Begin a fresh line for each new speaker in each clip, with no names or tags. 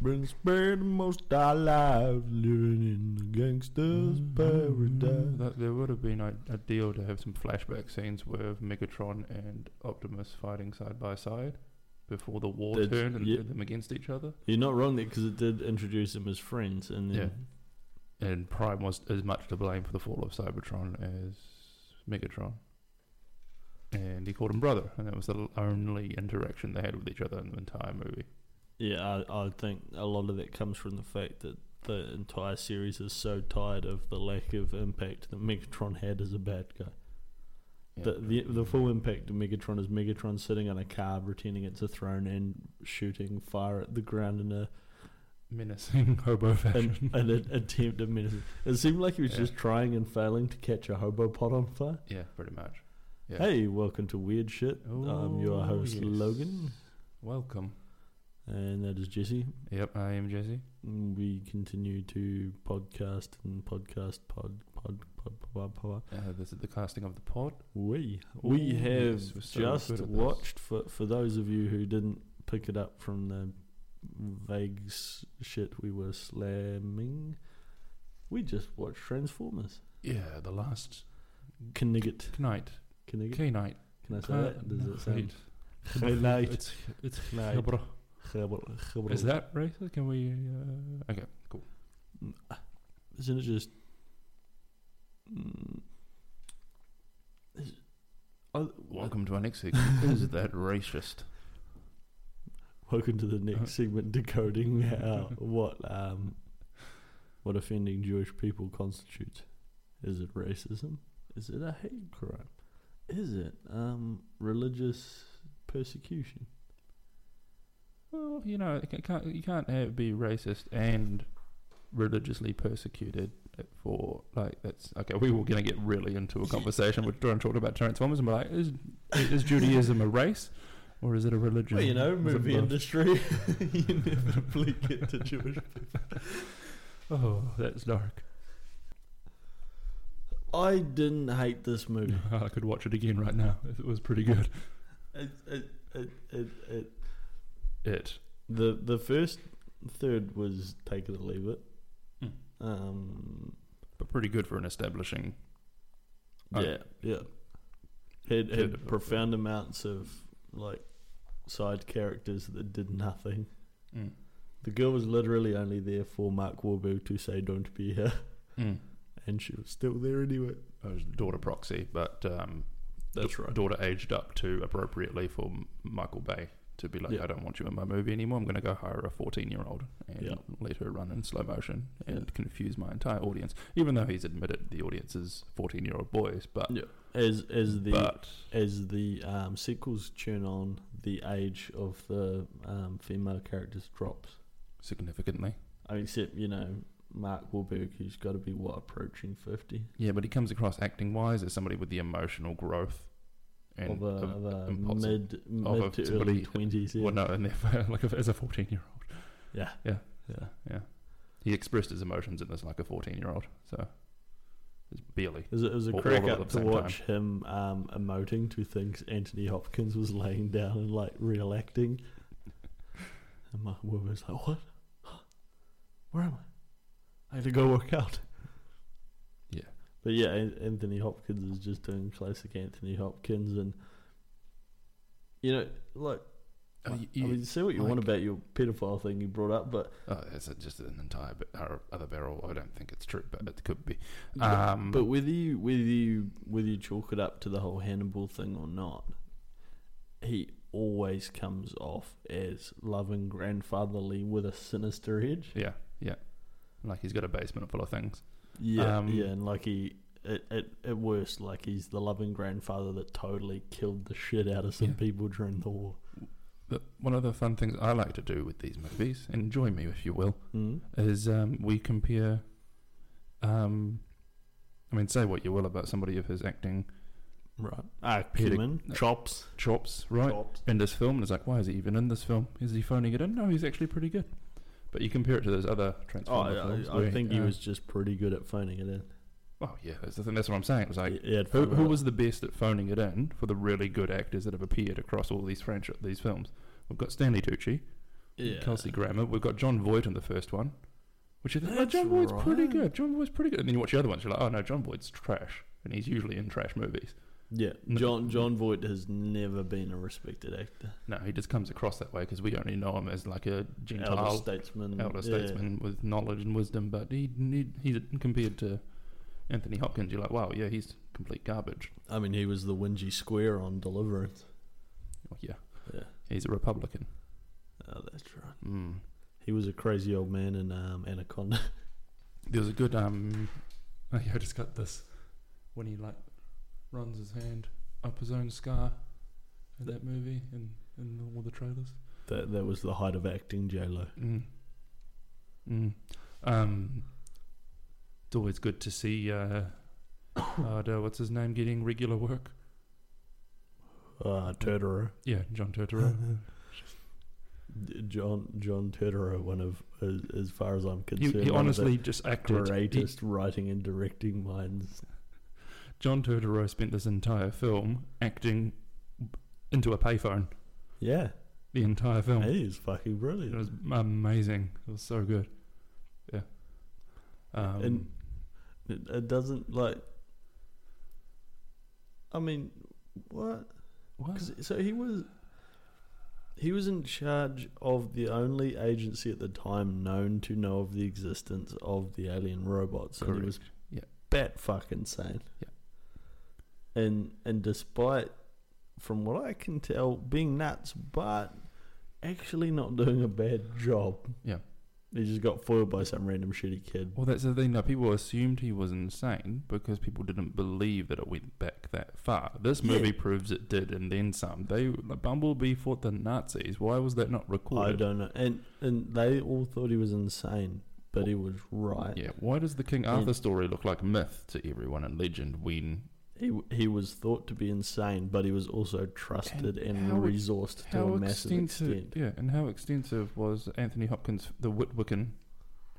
Been spending most our lives living in the gangster's paradise.
That, there would have been i- ideal to have some flashback scenes with Megatron and Optimus fighting side by side before the war
That's-
turned and
yeah.
pit them against each other.
You're not wrong there because it did introduce them as friends, and then
And Prime was as much to blame for the fall of Cybertron as Megatron. And he called him brother, and that was the l- only interaction they had with each other in the entire movie.
Yeah, I, I think a lot of that comes from the fact that the entire series is so tired of the lack of impact that Megatron had as a bad guy.
Yeah.
The, the the full impact of Megatron is Megatron sitting on a car pretending it's a throne and shooting fire at the ground in a
menacing hobo
an,
fashion.
an, attempt at medicine. It seemed like he was
Yeah.
just trying and failing to catch a hobo pot on fire.
yeah, pretty much. Yeah.
Hey, welcome to Weird Shit. I'm your
Oh,
host
yes.
Logan,
Welcome.
and that is Jesse.
Yep, I am Jesse.
And We continue to podcast and podcast pod pod pod pod pod. pod.
Uh, this is the casting of the pod.
We
Ooh,
we have
yes, we're so
just
good at this.
watched for for those of you who didn't pick it up from the vague s- shit we were slamming. We just watched Transformers.
Yeah, the last
Knigget.
night.
Knigget.
Key night.
Can I say that? Does it sound? Knight.
It's, it's
Knight.
Hebra.
Gibber- gibber-
Is that racist? Can we? Uh, okay, cool.
Isn't it just? Mm, is, oh,
Welcome to our next segment. Is that racist?
welcome to the next segment decoding uh, what um, what offending Jewish people constitutes. Is it racism? Is it a hate crime? Is it um, religious persecution?
Well, you know, it can't, you can't have, be racist and religiously persecuted for like that's okay. We were going to get really into a conversation. We're trying to talk about Transformers and be like, is is Judaism a race or is it a religion?
Well, you know,
Is it
movie
both?
industry, you inevitably get to Jewish
Oh, that's dark.
I didn't hate this movie.
I could watch it again right now. It was pretty good.
It, it, it, it, it,
It.
the the first third was take it or leave it.
Mm.
Um,
But pretty good for an establishing. Oh.
yeah, yeah. Had
Third of
had
it,
profound amounts of like side characters that did nothing.
Mm.
The girl was literally only there for Mark Wahlberg to say don't be here,
Mm.
and she was still there anyway.
It was daughter proxy, but um,
That's
da-
right.
Daughter aged up to appropriately for M- Michael Bay to be like,
Yeah.
I don't want you in my movie anymore. I'm going to go hire a 14 year old and
Yeah.
let her run in slow motion and
Yeah.
confuse my entire audience. Even though he's admitted the audience is 14 year old boys, but
Yeah. As as the
but
as the um, sequels turn on, the age of the um, female characters drops.
significantly.
I mean, except you know Mark Wahlberg, who's got to be what approaching fifty
Yeah, but he comes across acting wise as somebody with the emotional growth and
of a, of a
impulsive-
mid mid
of a-
to
somebody-
early twenties. Yeah.
Well, no, and therefore, like as a 14 year old.
yeah,
Yeah.
yeah.
Yeah. He expressed his emotions in this like a 14 year old. So, it's barely.
It was, it was a
All-
crack
all at
up
the
to
same
watch him um, emoting to things Anthony Hopkins was laying down and like real acting. And Mark Wahlberg's like, "What? Where am I? I had to go work out."
Yeah.
But yeah, An- Anthony Hopkins is just doing classic Anthony Hopkins, and you know, like
Oh,
I-
you-
I
you-
mean, say what you want
like-
about your pedophile thing you brought up, but
oh, it's a- just an entire bit, or other barrel. I don't think it's true, but it could be. Um,
but whether you whether you whether you chalk it up to the whole Hannibal thing or not, he always comes off as loving grandfatherly with a sinister edge.
yeah, yeah. Like he's got a basement full of things.
Yeah,
Um,
yeah, and like he. At, at, at worst, like he's the loving grandfather that totally killed the shit out of some
Yeah.
people during the war.
But one of the fun things I like to do with these movies, and join me if you will,
Mm?
is um, we compare. Um, I mean, say what you will about somebody of his acting
Right. Ah,
Peter-
Peterman.
no.
Chops.
chops, right?
Chops.
in this film, and it's like, why is he even in this film? Is he phoning it in? No, he's actually pretty good. But you compare it to those other
Oh,
Transformer films.
I, I, I
where,
think he
uh,
was just pretty good at phoning it in.
Well, yeah, that's the thing. That's what I'm saying. It was like,
He- he had
who,
fun
who
with it.
was the best at phoning it in for the really good actors that have appeared across all these franchise these films? We've got Stanley Tucci,
Yeah.
Kelsey Grammer. We've got John Voight in the first one, which is oh,
That's
John Voight's pretty
right.
good. John Voight's pretty good. And then you watch the other ones, you're like, oh no, John Voight's trash, and he's usually in trash movies.
Yeah.
No.
John John Voight has never been a respected actor.
No, he just comes across that way because we only know him as like a gentile
Elder
elder,
statesman. Mm, yeah.
statesman with knowledge and wisdom. But he, he he's compared to Anthony Hopkins. You're like, wow, yeah, he's complete garbage.
I mean, he was the whingy square on Deliverance.
Well, yeah,
Yeah.
he's a Republican.
Oh, that's right.
Mm.
He was a crazy old man in um, Anaconda.
There was a good um. oh, yeah, I just got this when he like runs his hand up his own scar in that movie and in all the trailers.
that that was the height of acting, J Lo.
Mm. Mm. Um. It's always good to see uh, uh, the- what's his name getting regular work.
Uh, Turturro.
Yeah, John Turturro.
D- John John Turturro, one of as, as far as I'm
he,
concerned,
he
one of the
honestly just acted. He-
greatest writing and directing minds.
John Turturro spent this entire film acting into a payphone.
Yeah,
The entire film.
he is fucking
Um, It
brilliant.
was amazing. It was so good. Yeah. Um,
and it, it doesn't like. I mean, what?
what?
'Cause- so he was. He was in charge of the only agency at the time known to know of the existence of the alien robots, and he was
Correct. Yeah.
bat fucking insane.
Yeah.
And and despite, from what I can tell, being nuts, but actually not doing a bad job.
Yeah.
He just got foiled by some random shitty kid.
Well, that's the thing. Now, people assumed he was insane because people didn't believe that it went back that far. This
Yeah.
movie proves it did, and then some. They like, Bumblebee fought the Nazis. Why was that not
I
recorded?
don't know. And and they all thought he was insane, but he was right.
Yeah. Why does the King
And-
Arthur story look like myth to everyone in legend when
He he was thought to be insane, but he was also trusted and,
And how-
resourced to
how
a massive
extensive?
extent.
Yeah, and how extensive was Anthony Hopkins the Whitwicken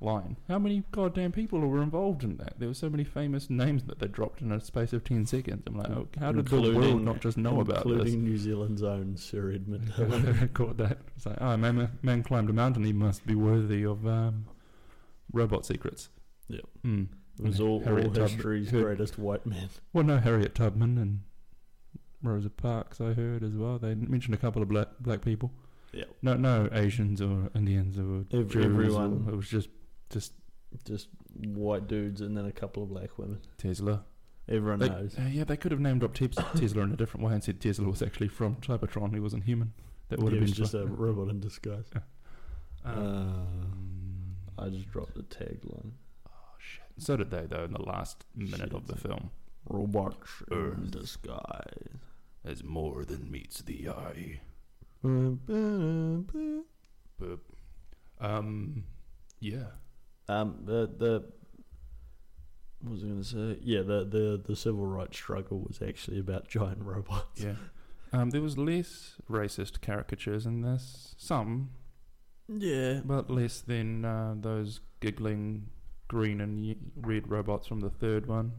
line? How many goddamn people were involved in that? There were so many famous names that they dropped in a space of ten seconds. I'm like, oh, how did the world
Including-
not just know about this?
including New Zealand's own Sir Edmund Hillary.
Caught that. It's like, oh, man, man climbed a mountain. He must be worthy of um, robot secrets.
Yep.
Mm.
It was all, all
Harriet Tubman-
history's
who-
greatest white man.
Well, no, Harriet Tubman and Rosa Parks. I heard as well. They mentioned a couple of black black people.
Yeah.
No, no Asians or Indians or
Ev-
Jews or-
everyone.
It was just just
Just white dudes and then a couple of black women.
Tesla.
Everyone
They,
knows.
uh, yeah, they could have named up Tes- Tesla in a different way and said Tesla was actually from Cybertron. He wasn't human. That would
He
have
was
been
just uh, a
fun.
robot in disguise.
Um,
I just dropped the tagline.
so did they though in the last minute of the
Shit.
film.
Robots in
Earth.
disguise.
There's more than meets the eye.
Um,
Boop. Um, yeah.
Um, the the what was I going to say? Yeah, the, the the civil rights struggle was actually about giant robots.
Yeah. Um, there was less racist caricatures in this. Some,
Yeah,
but less than uh, those giggling green and ye- red robots from the third one.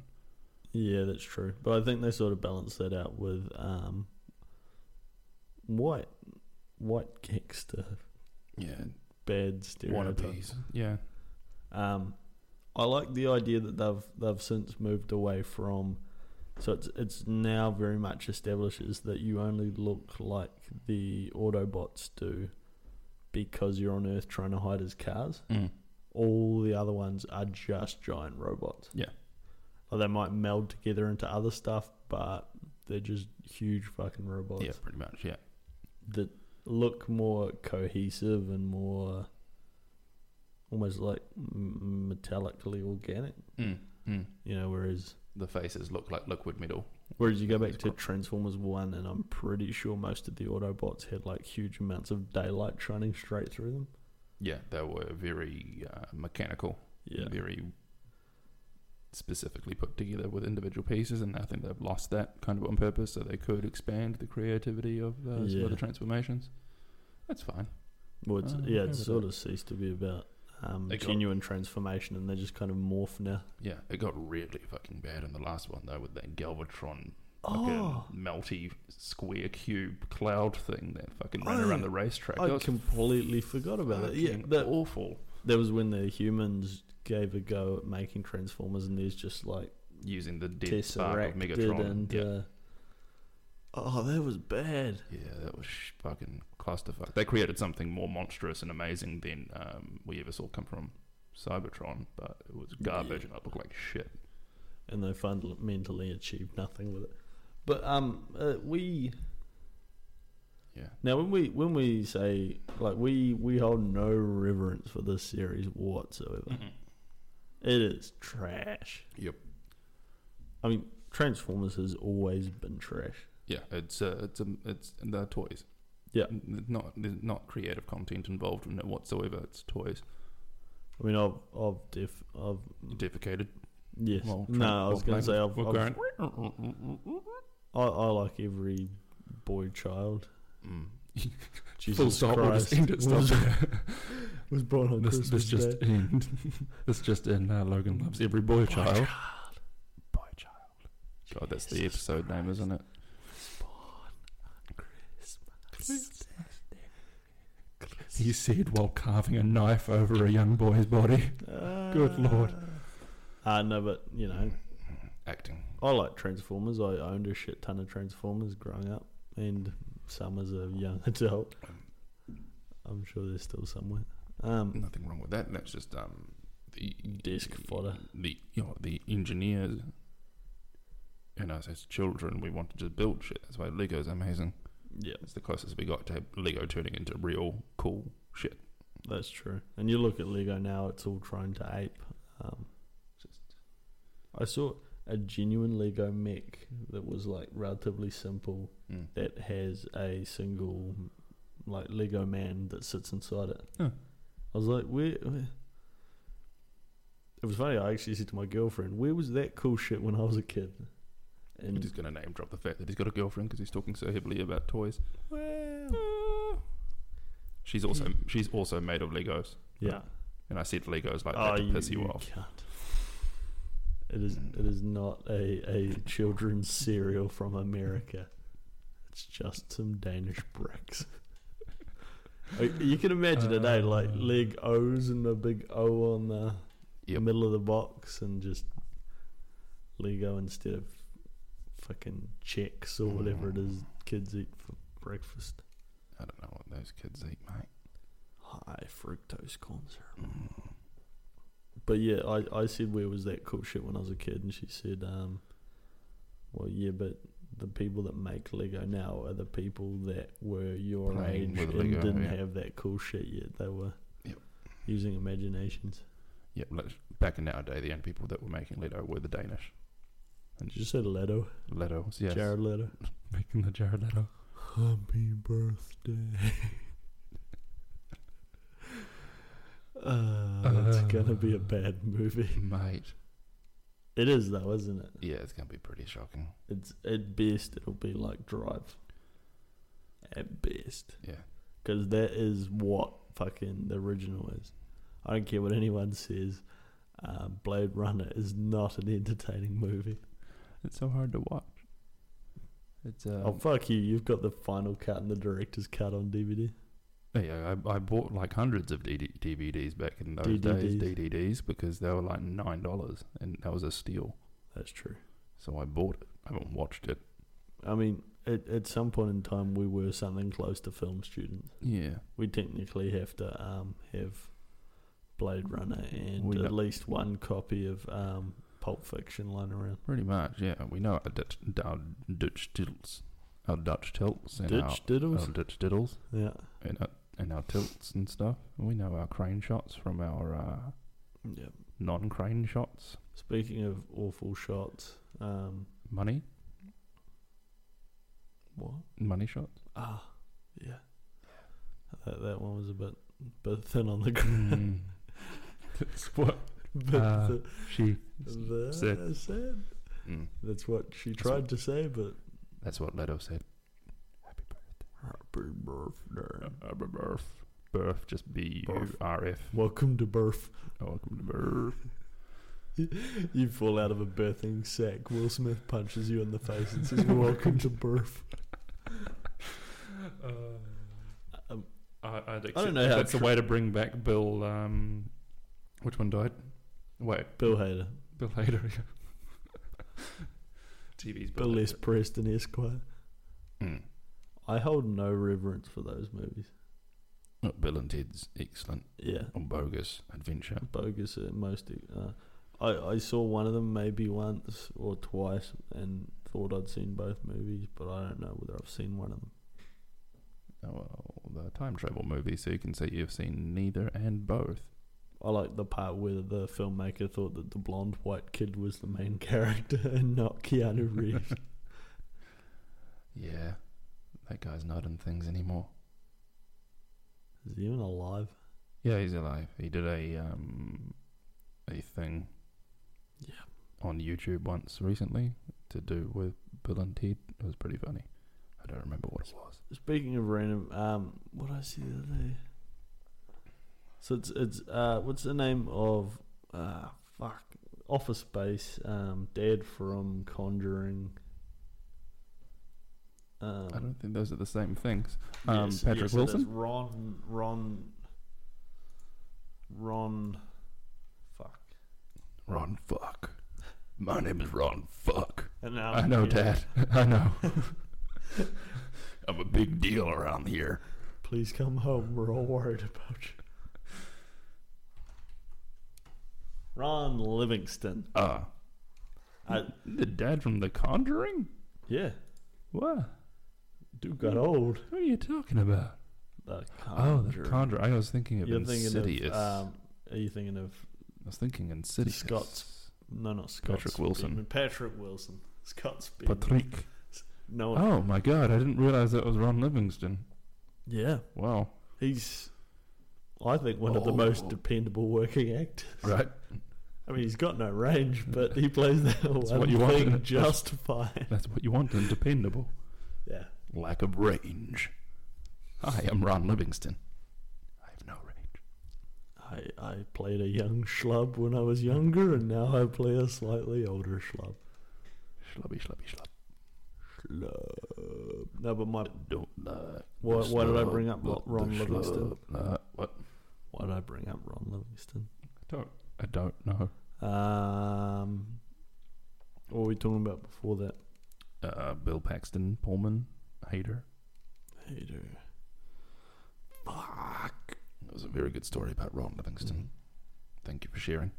yeah, that's true. But I think they sort of balanced that out with um, white white gangster
Yeah,
bad stereotypes.
Yeah,
Um, I like the idea that they've they've since moved away from. So it's it's now very much establishes that you only look like the Autobots do because you're on Earth trying to hide as cars.
Mm.
All the other ones are just giant robots.
Yeah.
Like they might meld together into other stuff, but they're just huge fucking robots
yeah, pretty much. Yeah,
that look more cohesive and more almost like m- metallically organic you know whereas
Mm, the faces look like liquid metal.
whereas you go back to transformers 1 and i'm pretty sure most of the autobots had like huge amounts of daylight shining straight through them
Yeah, they were very uh, mechanical,
yeah
very specifically put together with individual pieces, and I think they've lost that kind of on purpose, so they could expand the creativity of those
Yeah.
other transformations. That's fine.
well it's,
Oh,
Uh, yeah
okay
it
with
sort of ceased to be about um,
They got-
genuine transformation and they just kind of morph now
Yeah, it got really fucking bad in the last one though with that Galvatron fucking
Oh.
melty square cube cloud thing that fucking ran around the racetrack. that
Oh. I
was
completely forgot about that. Yeah,
fucking
that,
awful.
that was when the humans gave a go at making transformers, and there's just like
Using the dead spark of
Tesseract did
Megatron.
and
yeah.
uh, oh, that was bad.
yeah, that was sh- fucking clusterfuck. They created something more monstrous and amazing than um, we ever saw come from Cybertron, but it was garbage and it looked like shit.
and they fundamentally achieved nothing with it. But um, uh, we
Yeah.
now when we when we say like we we hold no reverence for this series whatsoever.
Mm-hmm.
It is trash.
Yep.
I mean, Transformers has always been trash.
Yeah, it's uh, it's um, it's they're toys.
Yeah.
N- n- not there's not creative content involved in it whatsoever. It's toys.
I mean, I've I've def I've
You defecated.
Hmm. yes
Well,
no
tran-
I was
well,
going to
like,
say I've,
we're
I've
going-
I, I like every boy child.
Mm. Full
Jesus
stop. We'll
Christ
just end it. Stop
was,
there.
was born on
this,
Christmas
this just
Day.
in. This just in. Uh, Logan loves every
Oh
boy child. Boy child. God, that's the
Jesus
episode name,
Christ.
isn't it? He said while carving a knife over a young boy's body. Good Lord.
Uh, no, but you know,
Acting.
I like Transformers. I owned a shit ton of Transformers growing up, and some as a young adult. I'm sure they're still somewhere. Um,
Nothing wrong with that. That's just um the
Desk fodder.
The you know, the engineers and us as children we want to just build shit. That's why Lego's amazing.
yeah,
It's the closest we got to Lego turning into real cool shit.
that's true. And you look at Lego now; it's all trying to ape. Um,
Just
I saw a genuine Lego mech that was like relatively simple,
mm.
that has a single like Lego man that sits inside it.
Huh.
I was like, where, where? It was funny. I actually said to my girlfriend, "Where was that cool shit when I was a kid?"
I'm
And
just gonna name drop the fact that he's got a girlfriend because he's talking so heavily about toys. She's also she's also made of Legos,
yeah, Oh,
and I said Legos like that to piss you off.
can't. It is. It is not a a children's cereal from America. It's just some Danish bricks. Uh, you can imagine today, like
Uh.
leg O's and a big O on the
Yep.
middle of the box, and just Lego instead of fucking checks or whatever it is kids eat for breakfast.
I don't know what those kids eat, mate. Mm.
High fructose corn syrup. But yeah, I, I said where was that cool shit when I was a kid, and she said, um, well, yeah, but the people that make Lego now are the people that were your
Playing
age
with
and
Lego,
didn't
yeah.
have that cool shit yet. They were
Yep.
using imaginations.
Yep, like, back in our day, the only people that were making Leto were the Danish. And
Did you say Leto?
Leto's, yes.
Jared Leto.
Making the Jared Leto.
Happy birthday. uh, that's gonna be a bad movie.
Mate.
It is though, isn't it?
Yeah, it's going to be pretty shocking.
It's at best it'll be like Drive. At best,
Yeah.
because that is what fucking the original is. I don't care what anyone says. Uh, Blade Runner is not an entertaining movie.
It's so hard to watch. It's, uh,
oh fuck you! You've got the final cut and the director's cut on DVD.
yeah, I, I bought like hundreds of DD- DVDs back in those days,
DDDs.
DDDs, because they were like $9 and that was a steal.
That's true.
So I bought it. I haven't watched it.
I mean, at at some point in time, we were something close to film students.
Yeah.
We technically have to um, have Blade Runner and
We
at
know-
least one copy of um, Pulp Fiction lying around.
Pretty much, yeah. We know our Dutch, our Dutch tilts. Our Dutch tilts and
Ditch
our,
diddles.
our Dutch diddles.
yeah,
and our, and our tilts and stuff. We know our crane shots from our uh,
yeah.
non-crane shots.
Speaking of awful shots, um,
Money,
what?
money shots.
Ah, yeah. That, that one was a bit bit thin on the ground.
Mm. That's what
But
Ah.
the,
she.
the-
Said.
said.
Mm.
That's what she
That's
tried
what-
to say, but
That's what Leto said.
happy birthday.
Uh, birth, birth, just B U
Birth.
R F. Oh,
Welcome to birth.
Welcome to birth.
You fall out of a birthing sack. Will Smith punches you in the face and says, "Welcome to birth." Uh. Um,
I, I'd
don't
accept
know
if
how
that's
tr-
a way to bring back Bill. Um, which one died? Wait,
Bill Hader,
Bill Hader. TV's
Bill
Hader.
S. Preston Esquire.
Mm.
I hold no reverence for those movies.
Not Bill and Ted's excellent
Yeah,
or bogus adventure.
bogus at most. Uh, I I saw one of them maybe once or twice and thought I'd seen both movies, but I don't know whether I've seen one of them.
Oh, well, the time travel movie, so you can say you've seen neither and both.
I like the part where the filmmaker thought that the blonde white kid was the main character and not Keanu Reeves.
Yeah, that guy's not in things anymore.
Is he even alive?
Yeah, he's alive. He did a um a thing.
Yeah.
On YouTube once recently to do with Bill and Ted. It was pretty funny. I don't remember what it was.
Speaking of random, um, what did I see the other day? So it's it's uh, what's the name of uh, fuck Office Space? Um, Dad from Conjuring. Um,
I don't think those are the same things. Um,
yes, yes,
Patrick
it is.
Wilson.
Ron, Ron, Ron. Fuck.
Ron Fuck. My name is Ron Fuck.
And now
I know,
yeah,
Dad. I know. I'm a big deal around here.
Please come home. We're all worried about you. Ron Livingston.
Uh,
I,
the dad from The Conjuring?
yeah.
What?
Dude got old.
What are you talking about?
The
Oh, The
Conjuring.
Conjuring. I was thinking of
You're thinking
Insidious.
of. Um, are you thinking of?
I was thinking Insidious.
Scots. No, not Scott.
Patrick Wilson.
Speedman. Patrick Wilson. Scott Speedman.
Patrick.
no.
Oh my god, I didn't realize that was Ron Livingston.
Yeah,
Wow.
he's. I think one of the
Oh.
most dependable working actors.
Right?
I mean, he's got no range, but he plays that one
what you want,
thing
isn't it?
just fine.
That's what you want and dependable.
Yeah.
Lack of range. Hi, I'm Ron Livingston. I have no range.
I, I played a young schlub when I was younger, and now I play a slightly older schlub.
Schlubby, schlubby, schlub.
Schlub. No, but my
Don't lie.
why, why did I
Schlub,
bring up Lo-
not the
Ron Livingston?
schlub. Uh, what?
Why did I bring up Ron Livingston?
Don't. I don't know.
Um, what were we talking about before that?
Uh, Bill Paxton, Pullman, Hader.
Hater. Fuck.
That was a very good story about Ron Livingston. Thank you for sharing.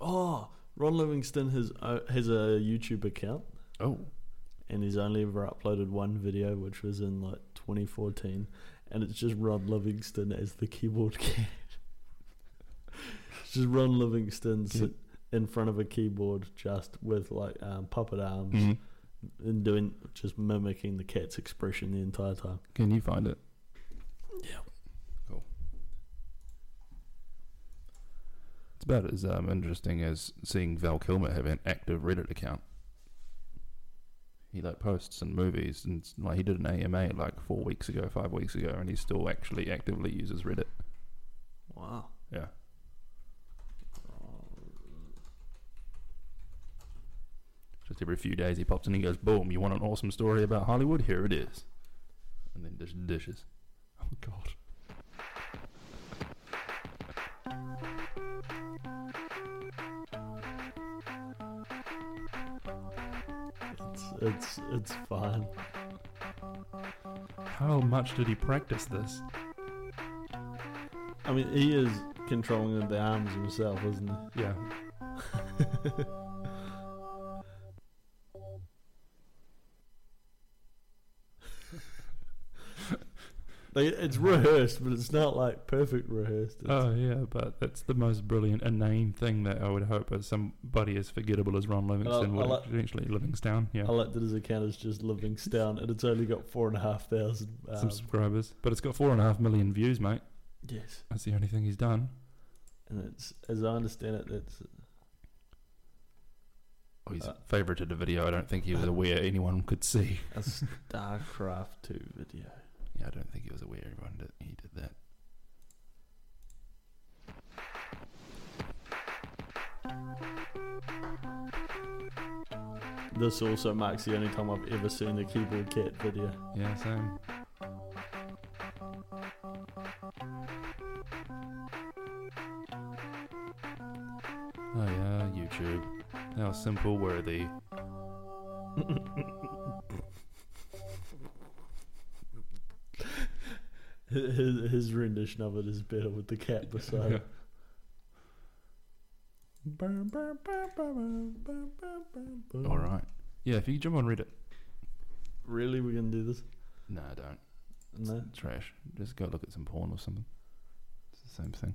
Oh, Ron Livingston has uh, has a YouTube account,
Oh,
and he's only ever uploaded one video, which was in like 2014, and it's just Ron Livingston as the keyboard cat. it's just Ron Livingston
Yeah.
sit in front of a keyboard, just with like um, puppet arms,
Mhm.
and doing just mimicking the cat's expression the entire time.
can you find it?
Yeah.
Cool. It's about as um, interesting as seeing Val Kilmer have an active Reddit account. He like posts and movies and s- like he did an AMA like four weeks ago, five weeks ago, and he still actually actively uses Reddit.
Wow.
Yeah. Just every few days he pops in and goes, boom, you want an awesome story about Hollywood? Here it is. And then dish dishes. Oh, God.
It's it's it's fine.
How much did he practice this?
I mean, he is controlling the arms himself, isn't he?
Yeah.
They, it's rehearsed, but it's not like perfect rehearsed. It's,
Oh, yeah, but that's the most brilliant, inane thing that I would hope is somebody as forgettable as Ron Livingston
I
would
like-
eventually Livingstown. Yeah.
I like that his account is just Livingstone, and it's only got four and a half thousand. Um,
subscribers. But it's got four and a half million views, mate.
yes,
That's the only thing he's done.
and it's as I understand it, that's
Oh, he's
Uh,
favorited a video. I don't think he was aware anyone could see.
a StarCraft two video.
Yeah, I don't think he was aware everyone did, he did that.
This also marks the only time I've ever seen a keyboard cat video.
Yeah, same. Oh yeah, YouTube. How simple were they?
His, his rendition of it is better with the cat beside. it.
All right. Yeah, if you jump on Reddit.
Really, we're gonna do this?
No, I don't. It's
No.
trash. Just go look at some porn or something. It's the same thing.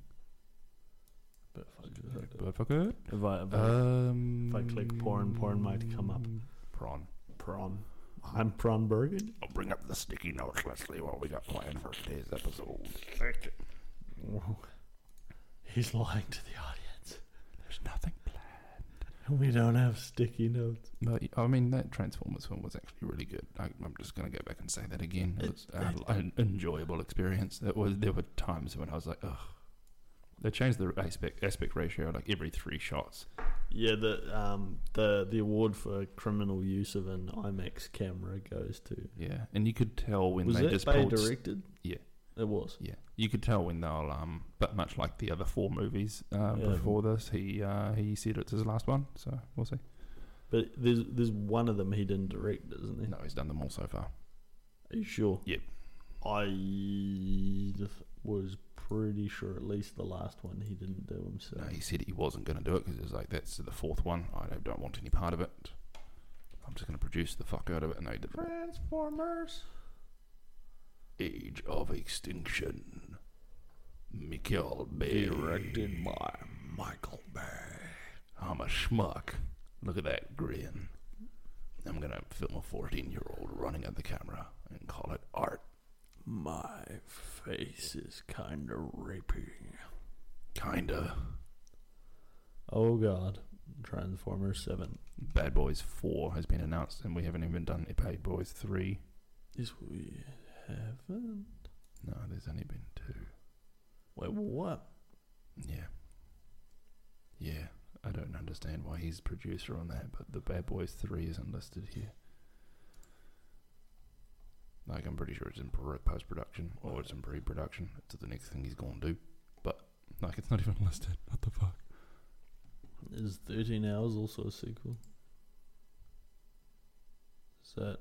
But if I do that-
But fuck it.
if I, if I
Um,
I click porn, porn might come up.
Prawn.
prom, I'm prom Bergen.
I'll bring up the sticky notes, Leslie, what we got planned for today's episode.
He's lying to the audience.
There's nothing planned.
We don't have sticky notes.
But I mean, that Transformers film was actually really good. I, I'm just gonna go back and say that again. It was uh, an enjoyable experience. It was. There were times when I was like, ugh. They changed the aspect aspect ratio like every three shots.
Yeah, the um the the award for criminal use of an IMAX camera goes to.
Yeah, and you could tell when
was
they
that
just
Bay
pulled. s-
directed?
Yeah.
it was.
Yeah, you could tell when they'll um, but much like the other four movies uh,
Yeah.
before this, he uh, he said it's his last one, so we'll see.
But there's there's one of them he didn't direct, isn't there?
No, he's done them all so far.
Are you sure?
Yep.
I was pretty sure at least the last one he didn't do himself.
No, he said he wasn't going to do it because it was like that's the fourth one. I don't, don't want any part of it. I'm just going to produce the fuck out of it, and they did it.
Transformers.
Age of Extinction. Michael Bay
Directed by Ah, Michael Bay.
I'm a schmuck. Look at that grin. I'm going to film a 14 year old running at the camera and call it art.
My face is kinda rapey.
Kinda.
Oh god. Transformers 7.
Bad Boys 4 has been announced, and we haven't even done Bad Boys 3.
Is we haven't.
No, there's only been two.
Wait, what?
Yeah. Yeah. I don't understand why he's producer on that, but the Bad Boys 3 isn't listed here. Like, I'm pretty sure it's in post production or it's in pre production. It's the next thing he's going to do. But, like, it's not even listed. What the fuck?
Is 13 Hours also a sequel? Is that.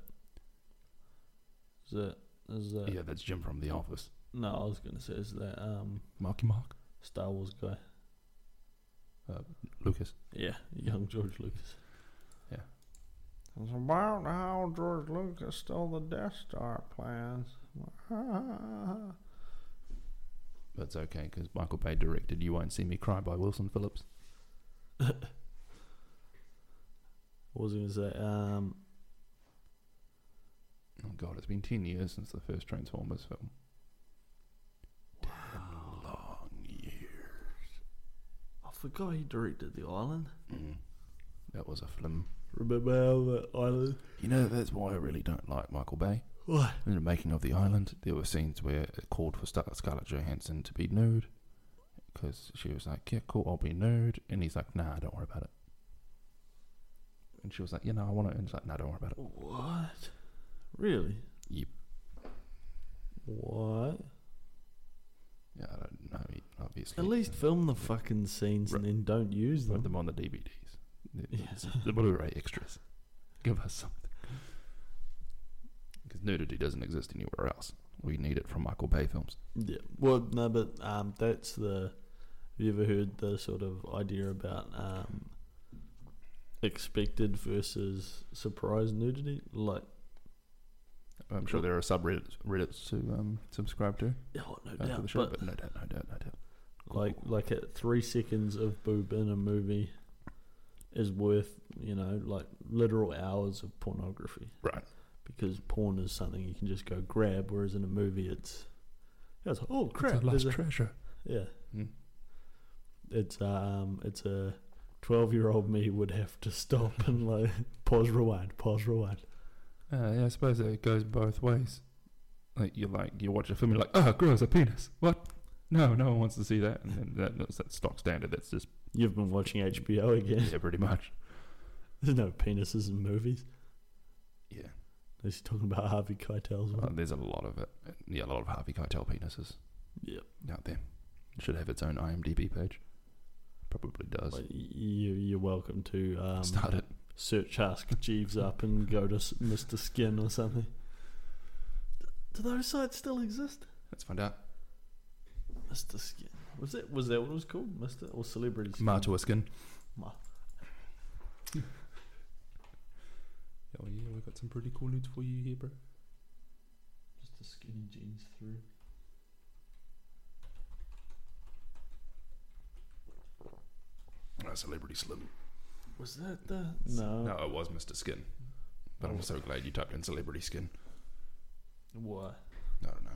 Is that. Is that.
yeah, that's Jim from The Office.
No, I was gonna say, is that um,
Marky Mark.
Star Wars guy?
Lucas.
Yeah, young George Lucas.
Yeah.
It's about how George Lucas stole the Death Star plans.
That's okay, because Michael Bay directed You Won't See Me Cry by Wilson Phillips.
What was I gonna say? Um,
Oh, God, it's been 10 years since the first Transformers film. Ten long years.
I forgot he directed The Island.
Mm. That was a film.
Remember how the island?
You know, that's why I really don't like Michael Bay.
What?
In the making of The Island, there were scenes where it called for Scar- Scarlett Johansson to be nude. Because she was like, yeah, cool, I'll be nude. And he's like, nah, don't worry about it. And she was like, yeah, no, I want to. And he's like, no, don't worry about it.
What? Really?
Yep.
What?
Yeah, I don't know. he- Obviously.
At least film the fucking scenes and then don't use
Put
them.
them on the DVDs. The-
Yeah.
The Blu-ray extras. Give us something. Because nudity doesn't exist anywhere else. We need it from Michael Bay films.
Yeah. Well, no, but um, that's the. Have you ever heard the sort of idea about um, expected versus surprise nudity? Like,
I'm sure there are subreddits Reddits to um, subscribe to
oh, no
after the
doubt.
show,
but
but no doubt, no doubt, no doubt.
like, like at three seconds of boob in a movie is worth you know like literal hours of pornography.
Right.
Because porn is something you can just go grab, whereas in a movie it's, it's oh crap, there's a,
treasure.
yeah.
Mm. Hmm.
it's um it's a 12 year old me would have to stop and like pause rewind pause rewind
Uh, yeah, I suppose it goes both ways. Like you like you watch a film, you're like, oh, gross, a penis. What? No, no one wants to see that. And then that, that's that stock standard. That's just
you've been watching hbo again
yeah, pretty much.
There's no penises in movies.
Yeah.
He's talking about Harvey Keitel's
Uh,
one.
there's a lot of it. Yeah, a lot of Harvey Keitel penises
Yep.
out there. Should have its own IMDb page. Probably does.
Like, y- you, you're welcome to um,
Start it.
search Ask Jeeves up and go to s- Mr. Skin or something. Do those sites still exist?
Let's find out.
Mr. Skin. Was that was that what it was called? Mr. or Celebrity Skin?
Martua skin.
Ma-
Oh yeah, we've got some pretty cool nudes for you here, bro.
Just the skinny jeans through.
Oh, celebrity slim.
Was that the no?
No, it was Mr. Skin. But I'm so glad you typed in celebrity skin.
Why?
I don't know.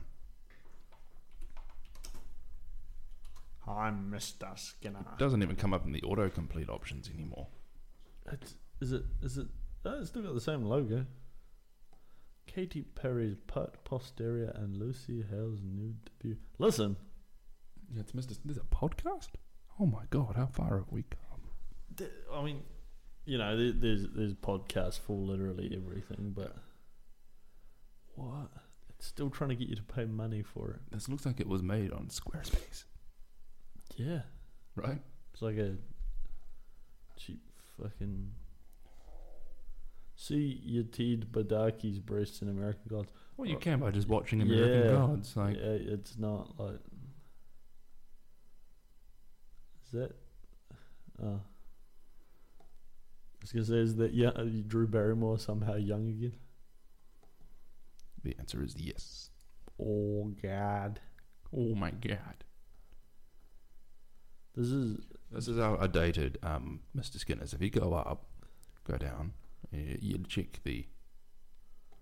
I'm Mr. Skinner.
It doesn't even come up in the autocomplete options anymore.
It's, is it? Is it? Oh, it's still got the same logo. Katy Perry's put posterior and Lucy Hale's nude debut. Listen,
Yeah, it's Mr. There's a podcast? Oh my god, how far have we come?
th- I mean, you know, there, there's there's podcasts for literally everything, but what? It's still trying to get you to pay money for it.
This looks like it was made on Squarespace,
Yeah,
right?
it's like a cheap fucking. See Yatid Badaki's breasts in American Gods.
Well, you can by just watching American
Yeah.
Gods. Like,
yeah, it's not like. Is that? Oh. I was gonna say is that yeah, Drew Barrymore somehow young again?
the answer is yes.
Oh God!
Oh my god.
This is
This is how I dated um, Mr. Skinner's. If you go up, go down, you, you check the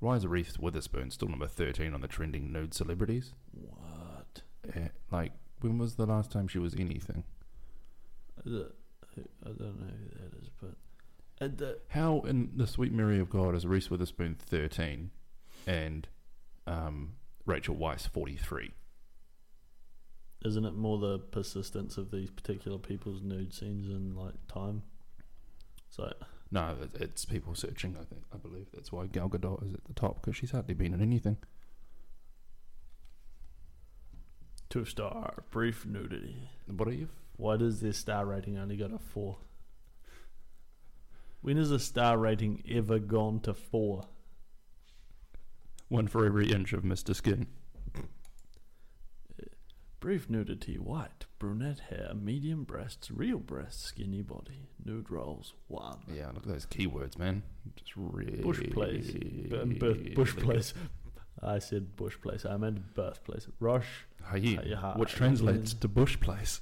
Rise Reese Witherspoon, still number 13 on the trending nude celebrities.
what?
Uh, like, when was the last time she was anything?
Is it, I don't know who that is, but uh, the,
How in the sweet Mary of God is Reese Witherspoon 13 and um, Rachel Weisz 43?
isn't it more the persistence of these particular people's nude scenes and like time? So
No, it- it's people searching, I think. I believe that's why Gal Gadot is at the top because she's hardly been in anything.
two star brief nudity.
What are you?
Why does their star rating only go to four? When has a star rating ever gone to four?
One for every inch of Mr. Skin.
Brief nudity, white, brunette hair, medium breasts, real breasts, skinny body, nude rolls, one.
Yeah, look at those keywords, man. Just really
Bush place. B- birth, bush place. I said bush place. I meant birthplace. Rosh
Hayim,
Hayah.
which translates to bush place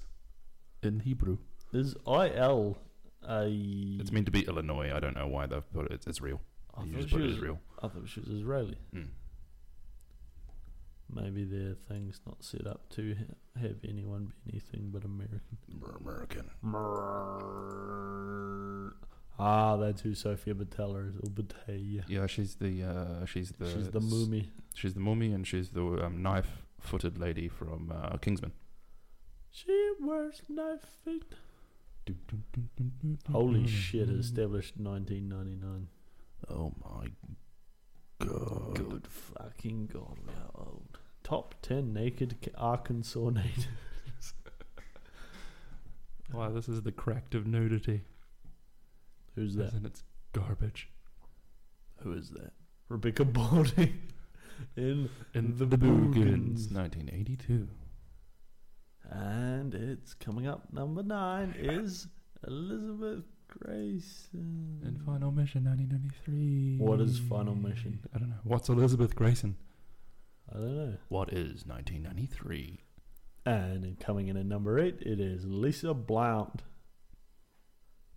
in Hebrew.
is I L a.
It's meant to be Illinois. I don't know why they've put it. It's, it's real.
I
you
thought
just
she
put it
was-
as real.
I thought she was Israeli.
Mm.
Maybe their thing's not set up to ha- have anyone be anything but American.
We're American.
Ah, that's who Sophia Batella is. Or Batella.
Yeah, she's the uh, she's the
She's the
s-
mummy.
She's the mummy, and she's the um, knife-footed lady from uh, Kingsman.
She wears knife feet. Holy shit, established 1999.
Oh my god!
Oh, Good fucking god, we are old. Top 10 naked K- Arkansas natives.
Wow, this is the cracked of nudity,
Who's that?
and it's garbage.
Who is that? Rebecca Baldy. In
In
The
the,
Boogans.
Boogans, 1982.
And it's coming up. Number nine is Elizabeth Grayson.
And Final Mission 1993.
What is Final Mission?
I don't know. What's Elizabeth Grayson?
I don't know.
What is 1993?
And in coming in at number eight, it is Lisa Blount.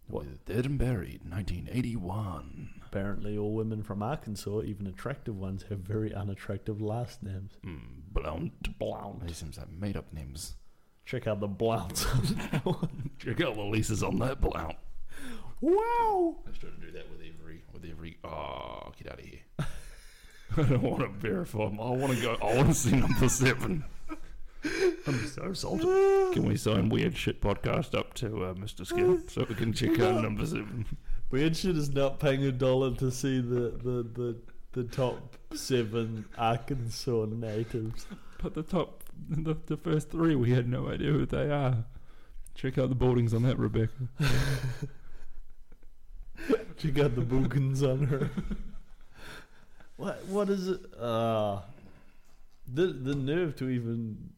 What?
With Dead and Buried 1981.
Apparently, all women from Arkansas, even attractive ones, have very unattractive last names.
Mm, Blount.
Blount.
These seems like made up names.
Check out the Blounts on that one.
Check out the leases on that Blount.
Wow!
I was trying to do that with every, with every. Oh, get out of here. I don't want to verify. them. I want to go. I want to see number seven. I'm so salty. Can we sign Weird Shit Podcast up to uh, Mr. Skin so we can check out number seven?
Weird shit is not paying a dollar to see the the the, the top seven Arkansas natives.
But the top, the, the first three, we had no idea who they are. Check out the boardings on that, Rebecca.
She got the bookings on her. What what is it? Uh, the the nerve to even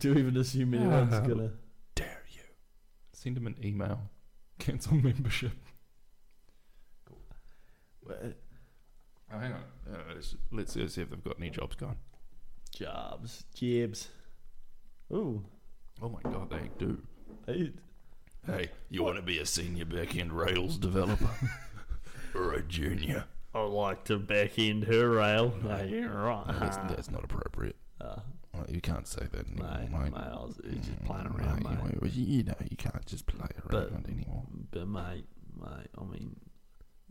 to even assume anyone's
Wow.
gonna.
Dare you? Send him an email. Cancel membership. Oh, hang on. Uh, let's, let's see if they've got any jobs going.
Jobs, jibs. Ooh,
Oh my god, they do.
hey,
Hey, you want to be a senior back-end Rails developer or a junior?
I like to back end her rail. No, you're
No, that's,
right.
that's not appropriate.
Uh,
Well, you can't say that
mate,
anymore,
mate,
mate.
I was just
Mm,
playing around,
mate,
mate.
You, you know, you can't just play
But-
around anymore.
But mate, mate, I mean,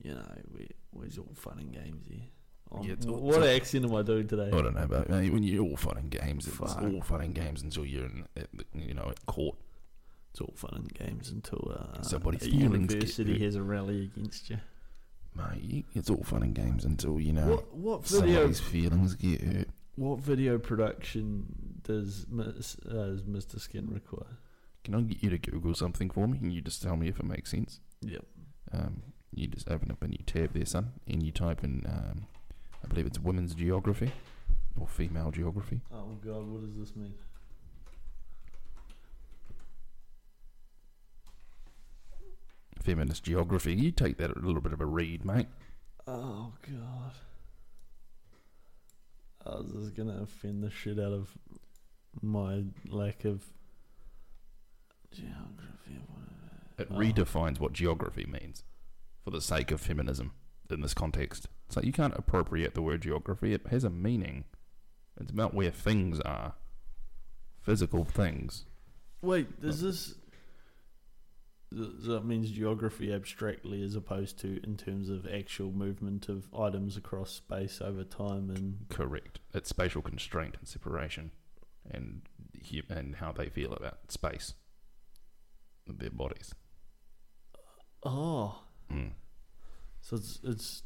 you know, we we're all fun and games here. Um,
Yeah, it's all-
what
it's all- Oh,
accent am I doing today?
I don't know, but mate, when you're all fun and games, it's
Fuck.
all fun and games until you're in, at, the- you know, at court.
It's all fun and games until uh,
Somebody's
a
feelings get
university
hurt.
has a rally against you.
Mate, you- it's all fun and games until you know
What what video?
somebody's feelings get hurt.
What video production does Miss, uh, does Mr. Skin require?
Can I get you to Google something for me, and you just tell me if it makes sense?
Yep.
um, you just open up a new tab there, son, and you type in, um, I believe it's women's geography or female geography.
Oh God, what does this mean?
Feminist geography. You take that a little bit of a read, mate.
Oh God. I was just gonna offend the shit out of my lack of geography. or whatever.
It
Oh.
redefines what geography means for the sake of feminism in this context. It's like you can't appropriate the word geography, it has a meaning. It's about where things are, physical things.
Wait, does this? th- So that means geography abstractly, as opposed to in terms of actual movement of items across space over time, and
Correct. It's spatial constraint and separation, and hu- and how they feel about space, their bodies.
oh,
Mm.
so it's it's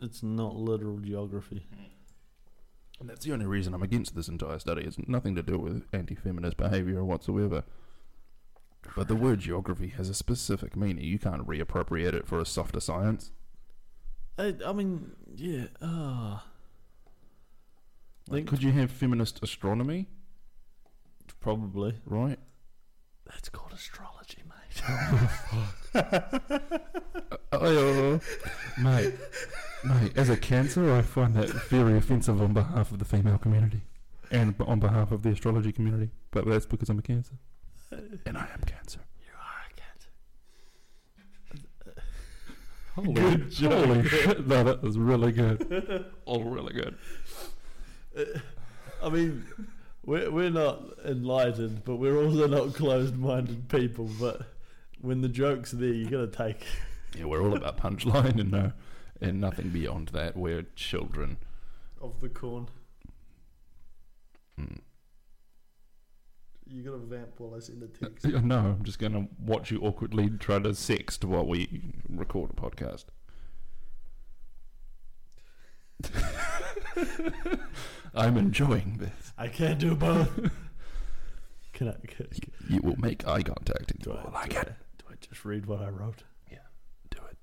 it's not literal geography.
And that's the only reason I'm against this entire study. It's nothing to do with anti-feminist behaviour whatsoever. But the word geography has a specific meaning. You can't reappropriate it for a softer science.
I, I mean, yeah, ah,
Like,
Think-
could you have feminist astronomy,
probably.
right?
That's called astrology, mate.
Oh, mate, mate. As a cancer, I find that very offensive on behalf of the female community, and on behalf of the astrology community. But that's because I'm a cancer, and I am cancer.
You are a cat.
Holy,
Good job.
holy shit! though, That was really good. All really good.
I mean, we're, we're not enlightened, but we're also not closed minded people. But when the joke's there, you got to take
Yeah, we're all about punchline and no, and nothing beyond that. We're children.
off the corn.
Mm.
You got to vamp while I send a text.
Yeah, No, I'm just gonna watch you awkwardly try to sext while we record a podcast. I'm enjoying this.
I can't do both. can I? Can, can-
You will make eye contact and
do,
you
I,
will like
do, I,
it.
do I just read what I wrote?
Do it.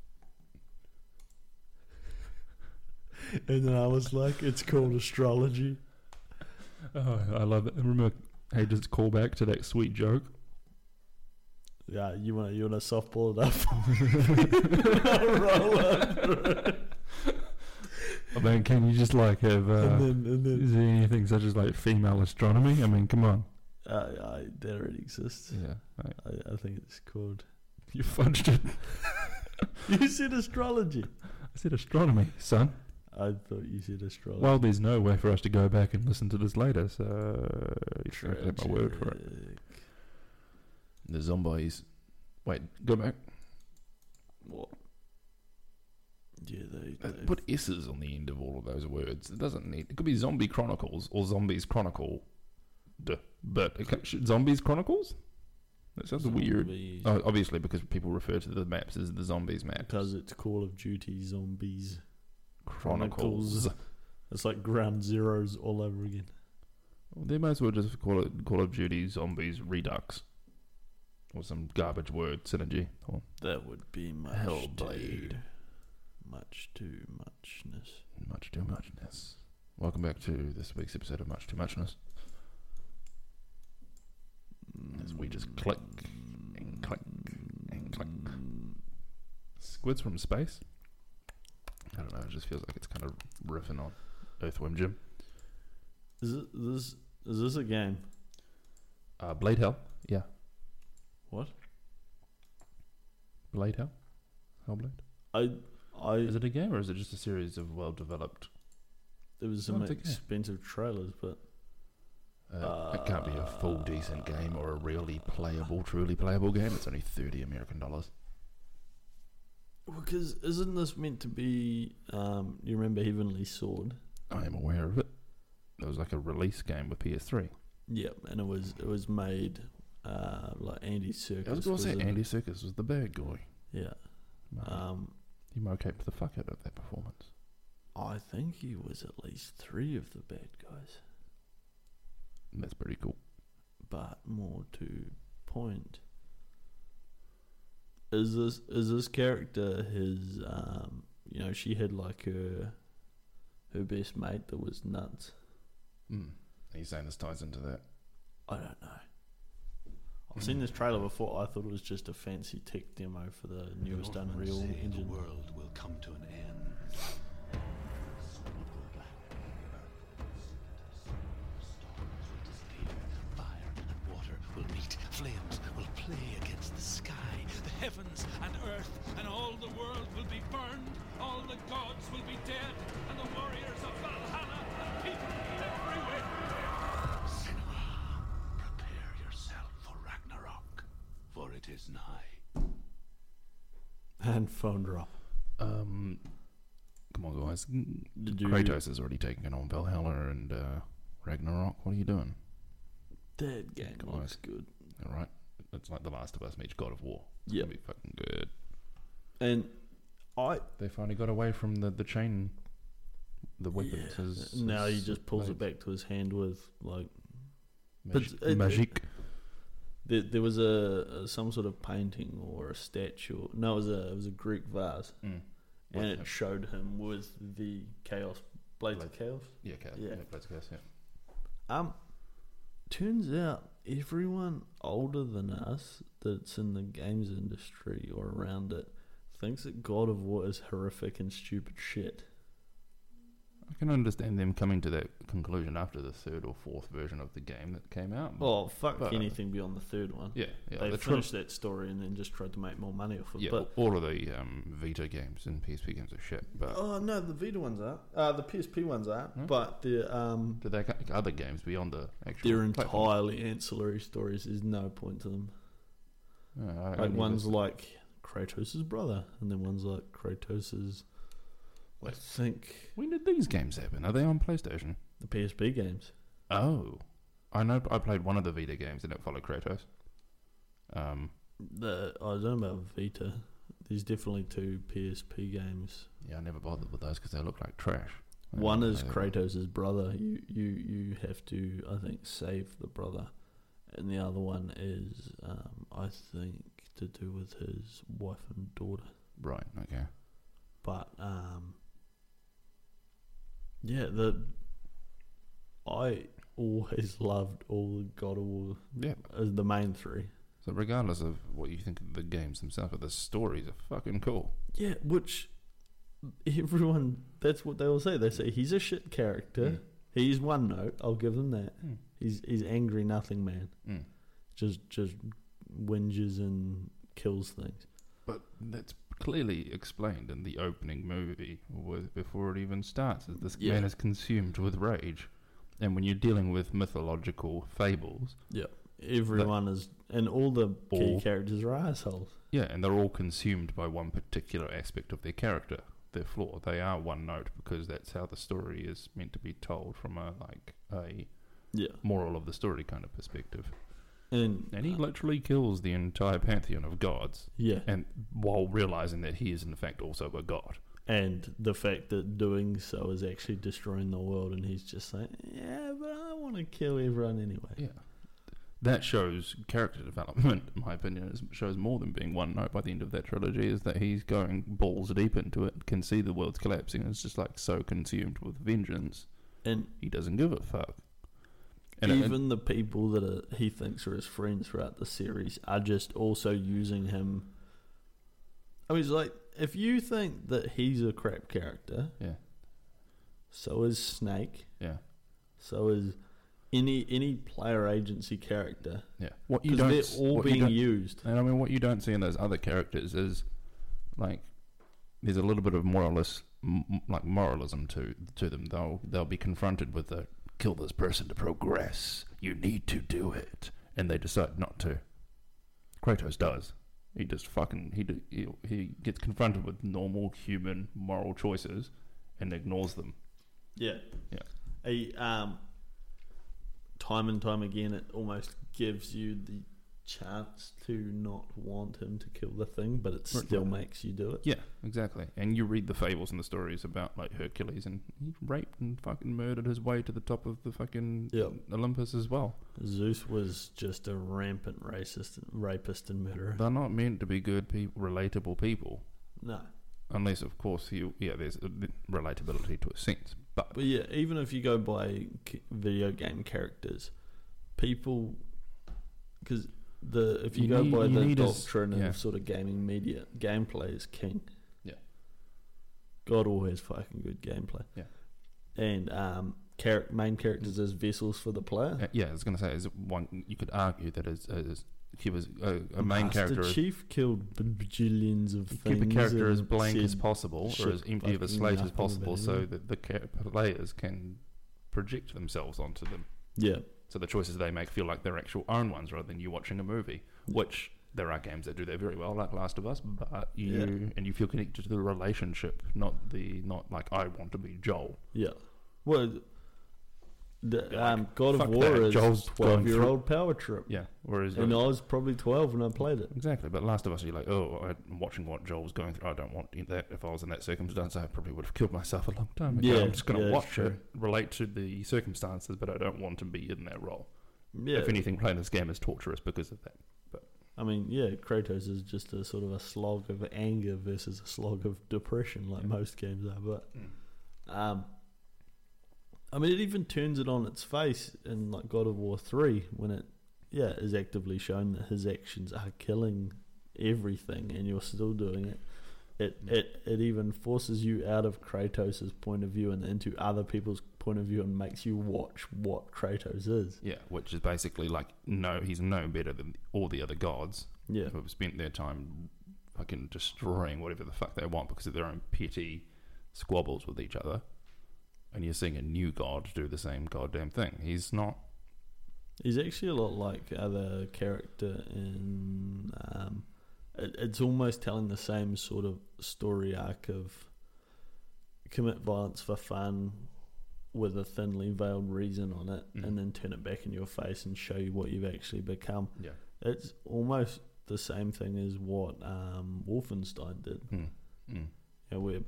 And then I was like, it's called astrology.
Oh, I love it. Remember, hey, just call back to that sweet joke.
Yeah, you want to you want to softball it up? Roll up.
I mean, Oh, can you just like have?
and
Uh,
then and then
is there anything such as like female astronomy? I mean, come on.
Uh, I, that already exists.
Yeah, mate.
I, I think it's called.
you fudged it.
You said astrology.
I said astronomy, son.
I thought you said astrology.
Well, there's no way for us to go back and listen to this later, so you just have to take my word for it.
Tragic.
The zombies. Wait, go back.
What? Yeah, they.
Uh,
they
Put s's on the end of all of those words. It doesn't need. It could be Zombie Chronicles or Zombies Chronicle. Duh. But it ca- sh- Zombies Chronicles. That sounds weird.
Zombies.
Oh, obviously, because people refer to the maps as the zombies map.
Because it's Call of Duty Zombies.
Chronicles.
Chronicles. It's like Ground Zeroes all over again.
Well, they might as well just call it Call of Duty Zombies Redux, or some garbage word synergy. Or
That would be much
Hellblade.
too much too muchness.
much too muchness. Welcome back to this week's episode of Much Too Muchness. As we just click and click and click. Squids from space. I don't know. It just feels like it's kind of riffing on Earthworm Jim.
Is it, this is this a game?
Uh, Blade Hell. Yeah.
What?
Blade Hell. Hellblade.
I I
Is it a game or is it just a series of well-developed?
there was
I
some
don't think- yeah.
expensive trailers, but
Uh, it can't be a full decent game or a really playable, truly playable game. It's only thirty American dollars.
because isn't this meant to be? Um, you remember Heavenly Sword?
I am aware of it. It was like a release game with PS3.
Yep, and it was it was made uh, like Andy Circus.
I was going to say
in it.
Andy Uh, Serkis was the bad guy.
Yeah. Um,
you mocaped the fuck out of that performance.
I think he was at least three of the bad guys.
And that's pretty cool.
But more to point, is this is this character his? Um, you know, she had like her her best mate that was nuts.
Mm. Are you saying this ties into that?
I don't know. I've seen this trailer before. I thought it was just a fancy tech demo for the newest
Northmen
Unreal
say The
engine.
world will come to an end. Sun will go black. Storms will disappear. Fire and water will meet. Flames will play against the sky.
the heavens and earth, and all the world will be burned, all the gods will be dead, and the warriors of Valhalla and people everywhere.
Cinema, prepare yourself for Ragnarok, for it is nigh.
And phone drop.
Um, come on, guys.
Did you?
Kratos has already taken on Valhalla and uh, Ragnarok. What are you doing?
That game
Come on.
looks good.
All right, it's like The Last of Us meets God of War. It's
Yeah,
gonna be fucking good.
and I
They finally got away from the the chain, the weapons.
Yeah.
as-
now he
as
just pulls it
blades.
back to his hand with like
Magic. Mm.
But it-
magic.
there, there was a, a some sort of painting or a statue. No, it was a it was a Greek vase,
Mm.
and
With
it
him.
showed him with the chaos blades of
Blades.
chaos.
yeah, okay.
yeah.
yeah, blades of chaos, yeah.
Um, turns out everyone older than us that's in the games industry or around it thinks that God of War is horrific and stupid shit.
I can understand them coming to that conclusion after the third or fourth version of the game that came out.
Oh fuck
But-
anything beyond the third one.
yeah, yeah.
they
the tri-
finished that story and then just tried to make more money off it.
yeah,
but
all of the um, Vita games and PSP games are shit. But
Oh no, the Vita ones are. Uh, the PSP ones are,
Hmm?
but the um,
do they got other games beyond the actual?
they're
platform?
entirely ancillary stories. There's no point to them.
Yeah, Oh, I- I
Like
knew
one's
this.
like Kratos' brother, and then one's like Kratos' I
Wait.
think
When did these games happen? Are they on PlayStation?
the PSP games.
Oh, I know. I played one of the Vita games and it followed Kratos. Um,
The I don't know about Vita. There's definitely two PSP games.
yeah, I never bothered with those because they look like uh, trash. And
One is
they-
Kratos' brother. You you you have to I think save the brother, and the other one is um, I think to do with his wife and daughter.
Right. Okay.
but um, yeah, the I always loved all the God of War
Yeah.
as the main three.
So regardless of what you think of the games themselves, the stories are fucking cool.
Yeah, which everyone that's what they all say. They say he's a shit character.
Mm.
He's one note. I'll give them that.
Mm.
He's he's angry nothing man.
Mm.
Just just whinges and kills things.
But that's clearly explained in the opening movie with, before it even starts. Is this
Yeah.
man is consumed with rage, and when you're dealing with mythological fables,
Everyone is and all the key
All-
characters are assholes.
Yeah, and they're all consumed by one particular aspect of their character, their flaw. They are one note because that's how the story is meant to be told from a like a
Yeah.
moral of the story kind of perspective.
And
And he literally kills the entire pantheon of gods,
yeah,
and while realizing that he is in fact also a god.
and the fact that doing so is actually destroying the world, and he's just like, yeah, but I want to kill everyone anyway.
Yeah. That shows character development, in my opinion. It shows more than being one note by the end of that trilogy, is that he's going balls deep into it, can see the world's collapsing, and is just like so consumed with vengeance,
And
he doesn't give a fuck. And it-
even the people that are, he thinks are his friends throughout the series are just also using him. I mean, it's like if you think that he's a crap character,
Yeah.
So is Snake.
yeah,
So is any any player agency character
yeah. What you
because
don't,
they're all
what you
being
don't-
used.
And I mean, what you don't see in those other characters is like there's a little bit of moralist, m- m- like moralism to to them. They'll they'll be confronted with the kill this person to progress. You need to do it, and they decide not to. Kratos does. He just fucking he d- he, he gets confronted with normal human moral choices, and ignores them.
Yeah.
Yeah.
A um, time and time again, it almost gives you the chance to not want him to kill the thing, but it
Right.
still makes you do it.
Yeah, exactly. And you read the fables and the stories about like Hercules, and he raped and fucking murdered his way to the top of the fucking
Yeah.
Olympus as well.
Zeus was just a rampant racist, rapist, and murderer.
They're not meant to be good, peop relatable people,
No,
unless of course you yeah. There's a bit relatability to a sense, but
but yeah, even if you go by c- video game characters, people because the if you,
You
go
need-
by
you
the
need a s-
doctrine
yeah.
of sort of gaming media, gameplay is king.
Yeah.
God always fucking good gameplay.
Yeah.
and um, char- main characters as vessels for the player.
uh, yeah, I was gonna say is one you could argue that is, is he was a, uh, a main
Master
character. is-
Chief killed b- bajillions of things.
Keep a character as
and
blank as
said-
possible, or
shit
as empty of a
fucking
slate as
nothing
possible,
about
so
it.
that the ca- players can project themselves onto them.
Yeah,
So the choices they make feel like their actual own ones rather than you watching a movie, which there are games that do that very well, like Last of Us. But you and you feel connected to the relationship, not the not like I want to be Joel.
Yeah. Well, the,
Yeah, like,
um, God of
fuck
War
that,
is
Joel's going
twelve year old power trip,
Yeah. Whereas
and I
like-
was probably twelve when I played it.
exactly, but Last of Us, you're like, oh, I'm watching what Joel's going through. I don't want that. If I was in that circumstance, I probably would have killed myself a long time ago.
Yeah,
I'm just gonna
yeah,
watch
true.
it, relate to the circumstances, but I don't want to be in that role.
Yeah,
If anything, playing this game is torturous because of that.
I mean, yeah, Kratos is just a sort of a slog of anger versus a slog of depression, like
Yeah.
most games are. But um, I mean, it even turns it on its face in like God of War three when it yeah is actively shown that his actions are killing everything, and you're still doing it. It it it even forces you out of Kratos's point of view and into other people's point of view, and makes you watch what Kratos is.
Yeah, which is basically like no, he's no better than all the other gods
Yeah,
who have spent their time fucking destroying whatever the fuck they want because of their own petty squabbles with each other. And you're seeing a new god do the same goddamn thing. He's not.
He's actually a lot like other character in. Um, it, it's almost telling the same sort of story arc of commit violence for fun with a thinly veiled reason on it,
Mhm.
and then turn it back in your face and show you what you've actually become.
Yeah.
It's almost the same thing as what um, Wolfenstein did,
Mm, mm.
you know, where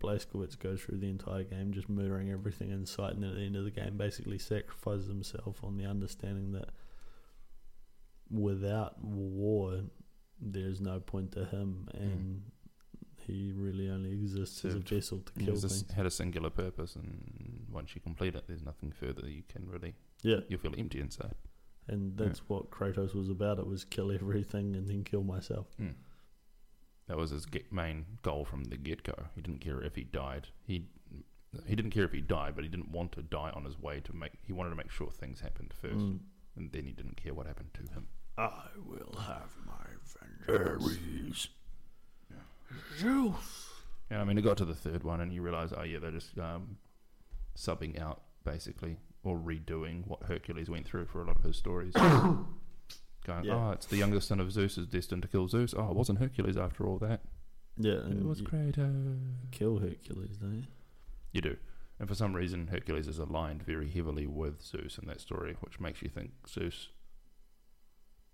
Blazkowicz goes through the entire game just murdering everything in sight, and then at the end of the game, basically sacrifices himself on the understanding that without war, there's no point to him, and he really only exists as a
Mm. Served.
vessel to
He
kill
was
things.
just- had a singular purpose, and once you complete it, there's nothing further you can really.
Yeah,
You'll feel empty inside.
and that's what Kratos was about. It was kill everything and then kill myself.
Mm. That was his get, main goal from the get go. He didn't care if he died. He he didn't care if he died, but he didn't want to die on his way to make. He wanted to make sure things happened first,
Mm.
and then he didn't care what happened to him.
I will have my vengeance. Zeus.
Yeah, I mean, it got to the third one, and you realize, oh yeah, they're just um, subbing out basically or redoing what Hercules went through for a lot of his stories. Going,
Yeah.
oh, it's the youngest son of Zeus is destined to kill Zeus. Oh, it wasn't Hercules after all that.
Uh, Yeah,
it
and
was
you
Kratos.
kill Hercules, don't you?
You do. And for some reason, Hercules is aligned very heavily with Zeus in that story, which makes you think Zeus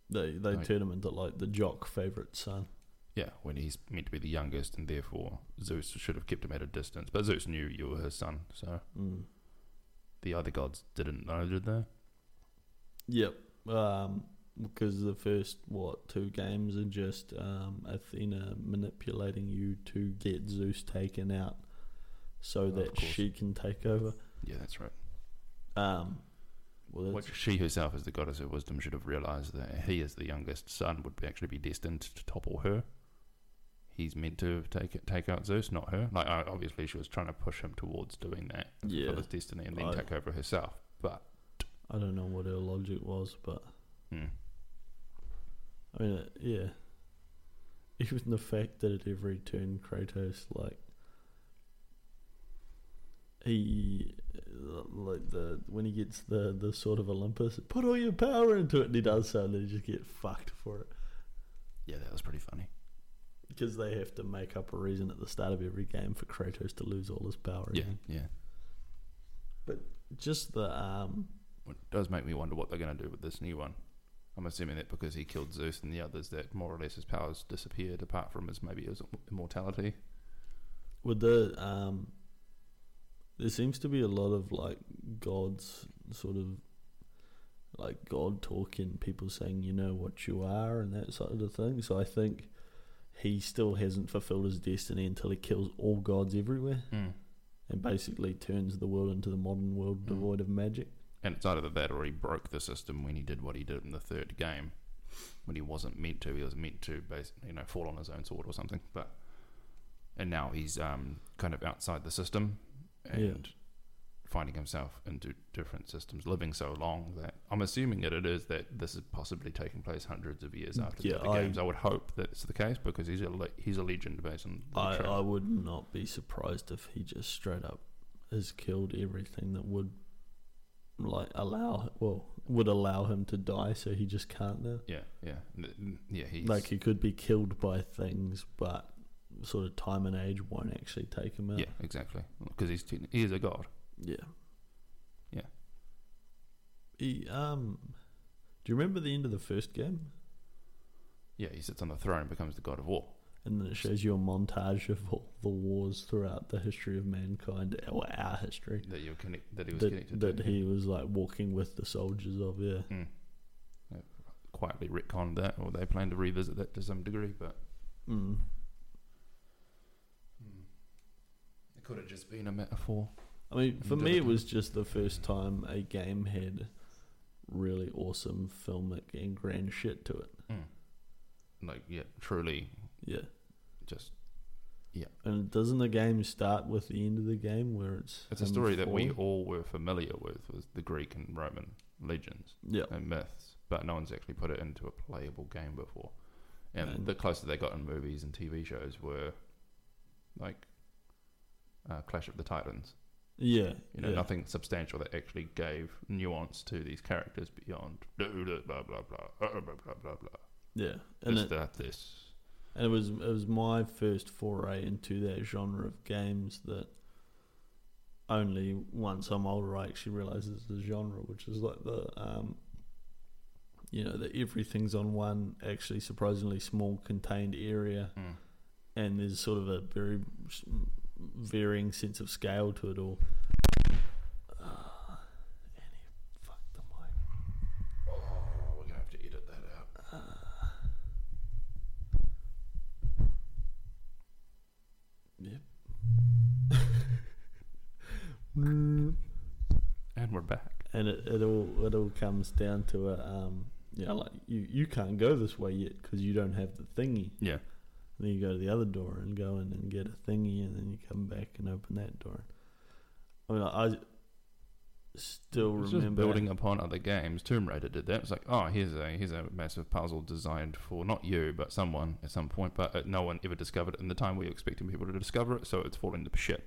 They they
Like-
turn him into like the jock favorite son.
Yeah, when he's meant to be the youngest, and therefore Zeus should have kept him at a distance. But Zeus knew you were his son, so
Mm.
the other gods didn't know, did they?
Yep. Um, because the first what two games are just um, Athena manipulating you to get Zeus taken out, so
Of
that
course.
she can take over.
Yeah, that's right.
Um, well, that's,
Which she herself, as the goddess of wisdom, should have realized that he, as the youngest son, would be- actually be destined to topple her. He's meant to take it, take out Zeus, not her. Like o- obviously, she was trying to push him towards doing that
yeah,
for his destiny, and then
I-
take over herself. But
I don't know what her logic was, but
mm,
I mean, it, yeah. Even the fact that at every turn Kratos like he uh, like the when he gets the the sword of Olympus, put all your power into it, and he does so, and they just get fucked for it
yeah, that was pretty funny.
because they have to make up a reason at the start of every game for Kratos to lose all his power.
Yeah,
again.
yeah.
just the um,
It does make me wonder what they're going to do with this new one. I'm assuming that because he killed Zeus and the others, that more or less his powers disappeared, apart from his maybe his immortality.
with the um, there seems to be a lot of like gods sort of like god talking people saying you know what you are and that sort of thing so i think he still hasn't fulfilled his destiny until he kills all gods everywhere
Hmm.
and basically turns the world into the modern world
Mm.
devoid of magic
And it's either that or he broke the system when he did what he did in the third game, when he wasn't meant to. He was meant to basically, you know, fall on his own sword or something. But and now he's um, kind of outside the system
Yeah.
and finding himself into different systems, living so long that I'm assuming that it is that this is possibly taking place hundreds of years after
Yeah,
the other
I-
games. I would hope that's the case because he's a le- he's a legend based on. The
I,
trailer.
I would not be surprised if he just straight up has killed everything that would like allow well would allow him to die so he just can't now
yeah, yeah, N- yeah. He's
like he could be killed by things but sort of time and age won't actually take him out
yeah, exactly because he's techni- he is a god.
yeah
Yeah.
he um do you remember the end of the first game
Yeah, he sits on the throne and becomes the god of war.
and then it shows you a montage of all the wars throughout the history of mankind or our history
that you were connect that he was
that,
connected
that
to.
he was like walking with the soldiers of yeah
Mm. They've quietly retconned that, or they plan to revisit that to some degree, but
mm.
it could have just been a metaphor.
i mean for
And
me it
Jonathan.
was just the first time a game had really awesome filmic and grand shit to it
Hmm. Like, yeah, truly,
yeah
just
and doesn't the game start with the end of the game where it's
it's a
him
story that we
falling?
all were familiar with, was the Greek and Roman legends
yeah
and myths, but no one's actually put it into a playable game before. And
And-
the closer they got in movies and TV shows were like uh, Clash of the Titans.
yeah
You know,
yeah.
nothing substantial that actually gave nuance to these characters beyond blah blah blah blah blah blah blah blah. blah.
yeah and
Just
it,
that this.
and it was it was my first foray into that genre of games that only once I'm older I actually realize it's the genre, which is like the um, you know that everything's on one actually surprisingly small contained area,
Mm.
and there's sort of a very s- varying sense of scale to it all. Ah, and he fucked the mic.
Oh, we're gonna have to edit that out.
Yep.
And we're back.
and it, it all it all comes down to a um you know like you you can't go this way yet because you don't have the thingy
Yeah.
and then you go to the other door and go in and get a thingy and then you come back and open that door i mean i, I still
It's just
remember
building upon other games. Tomb Raider did that. It's like, oh, here's a here's a massive puzzle designed for not you, but someone at some point, but uh, no one ever discovered it in the time we were expecting people to discover it, so it's falling to shit.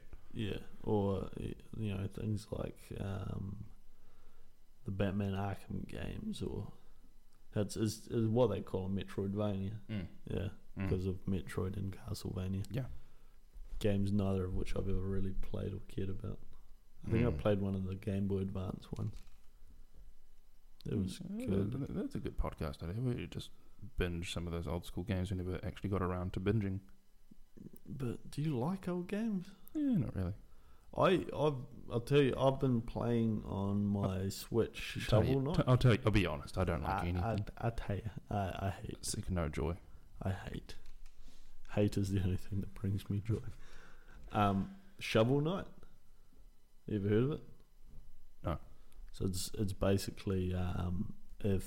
yeah or eh, you know things like um the batman arkham games or that's is, is what they call a metroidvania yeah
Mm.
because of metroid and castlevania
Yeah.
games, neither of which I've ever really played or cared about. I think I
Mm.
played one of the Game Boy Advance ones. That was
Yeah,
good.
th- That's a good podcast idea. We just binge some of those old school games we never actually got around to binging.
But do you like old games?
Yeah, not really.
I I've, I'll tell you, I've been playing on my Switch
Tell Ah,
Double
you-
Knight.
t- I'll tell you. I'll be honest. I don't like
I,
anything.
I, I tell you, I, I hate,
Sick of no joy.
I hate. Hate is the only thing that brings me joy. Um, Shovel Knight. You ever heard of it?
No.
So it's it's basically um, if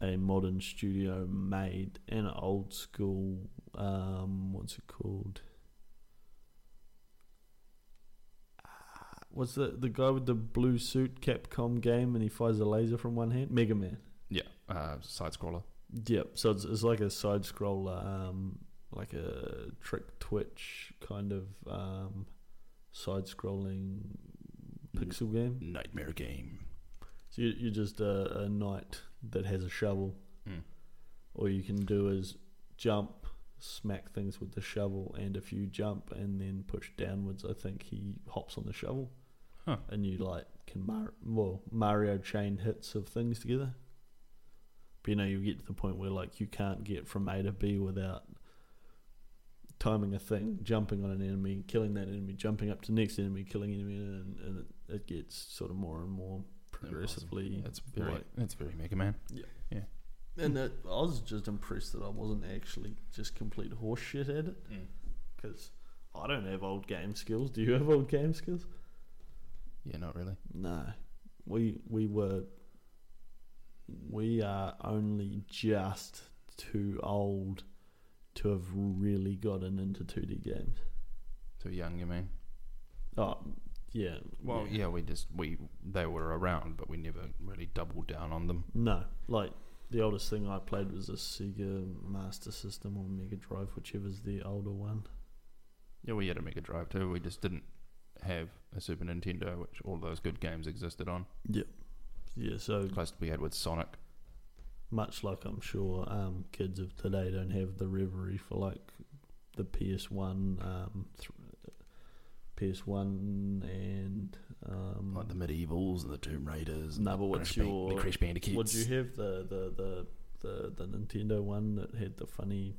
a modern studio made an old school um, what's it called? Ah, What's the the guy with the blue suit Capcom game and he fires a laser from one hand? Mega Man.
Yeah, uh, side scroller.
Yep. So it's, it's like a side scroller, um, like a trick twitch kind of um, side scrolling pixel game.
Nightmare game.
So you, you're just uh, a, a knight that has a shovel.
Mm.
All you can do is jump, smack things with the shovel, and if you jump and then push downwards, I think he hops on the shovel.
Huh.
And you like can Mar- well Mario chain hits of things together. But you know you get to the point where like you can't get from A to B without timing a thing, jumping on an enemy, killing that enemy, jumping up to next enemy, killing enemy, and, and it, it gets sort of more and more progressively.
That's very.
like-
That's very Mega Man.
and that I was just impressed that I wasn't actually just complete horseshit at it
Mm.
because I don't have old game skills. Do you have old game skills?
Yeah, not really.
No, we we were we are only just too old to have really gotten into two D games.
Too young, you mean?
Oh yeah,
Well, yeah. we just we they were around, but we never really doubled down on them.
No, like the oldest thing I played was a Sega Master System or Mega Drive, whichever's the older one.
Yeah, we had a Mega Drive too. We just didn't have a Super Nintendo, which all those good games existed on.
Yeah, so
The closest we had with Sonic.
much like I'm sure um, kids of today don't have the reverie for like the PS1, um, th- PS1 and um,
Like the medievals and the Tomb Raiders. and
No, but
the
what's
Crash Ban-
your-
the Crash Bandicoot?
Would you have the the, the, the the Nintendo one that had the funny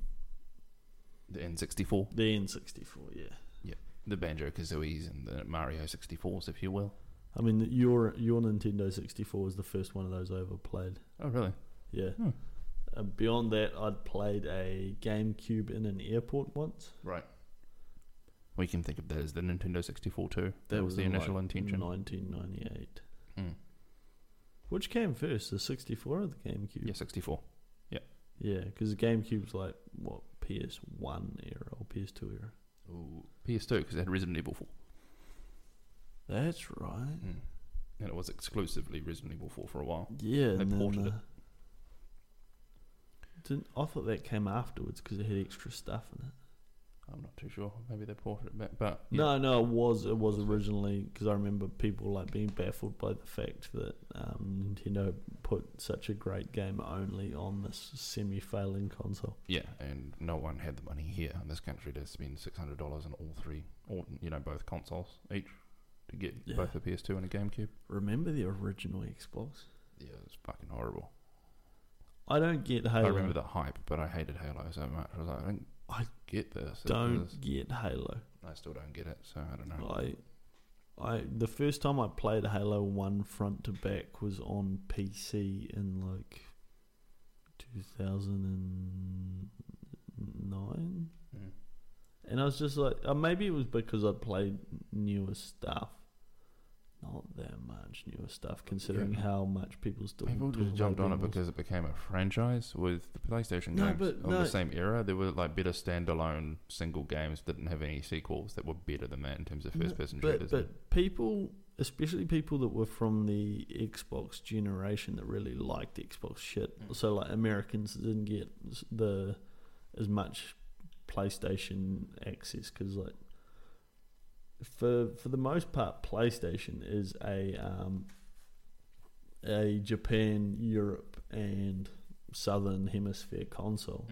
The N64,
the N64? Yeah,
the Banjo Kazooies, and the Mario 64s, if you will.
I mean your your Nintendo 64 was the first one of those I ever played.
Oh, really?
Yeah.
Hmm.
Uh, beyond that, I'd played a GameCube in an airport once.
Right. We can think of that as the Nintendo 64 too.
That
That, was
was
the
in,
initial
like,
intention.
1998.
Mm.
Which came first, the 64 or the GameCube?
Yeah, 64.
Yeah, because the GameCube's like what PS1 era or PS2 era.
Ooh. PS2 because it had Resident Evil 4.
That's right.
Mm. And it was exclusively Resident Evil 4 for a while.
Yeah,
They
and then,
ported it.
uh, Didn't I thought that came afterwards because it had extra stuff in it?
I'm not too sure. Maybe they ported it back, but yeah.
No, no, it was it was originally because I remember people like being baffled by the fact that um, Nintendo put such a great game only on this semi-failing console.
Yeah, and no one had the money here in this country to spend six hundred dollars on all three, or you know, both consoles each to get
Yeah.
both a PS2 and a GameCube.
Remember the original Xbox?
Yeah, it was fucking horrible.
I don't get Halo.
I remember the hype, but I hated Halo so much. I was like, I don't
I
get this. It was-
Don't get Halo.
I still don't get it, so I don't know.
I, I the first time I played Halo One front to back was on PC in like two thousand and nine,
Mm.
and I was just like, uh maybe it was because I played newer stuff. Not that much newer stuff, considering
Yeah.
how much people still
People
talk
just
about
jumped on it
demos.
because it became a franchise with the PlayStation
No,
games
but
on
no.
the same era. There were like better standalone single games that didn't have any sequels that were better than that in terms of
No,
first person
but
shooters.
but people, especially people that were from the Xbox generation that really liked Xbox shit.
Mm.
So like Americans didn't get s- the as much PlayStation access because like for for the most part, PlayStation is a um, a
Mm.
Japan, Europe, and Southern Hemisphere console.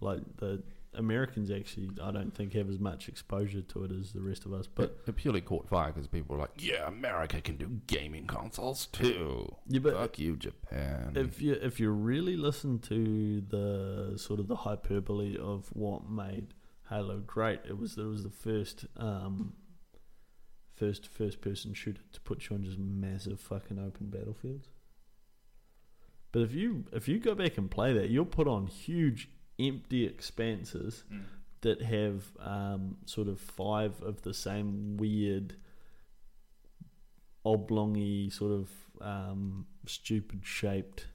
Like the Americans actually, I don't think, have as much exposure to it as the rest of us. But
But it purely caught fire because people were like, "Yeah, America can do gaming consoles too."
Yeah, but-
fuck you, Japan.
if you if you really listen to the sort of the hyperbole of what made Halo great, it was that it was the first um, first first person shooter to put you on just massive fucking open battlefields. But if you if you go back and play that, you're put on huge empty expanses
Hmm.
that have um, sort of five of the same weird oblongy sort of um, stupid shaped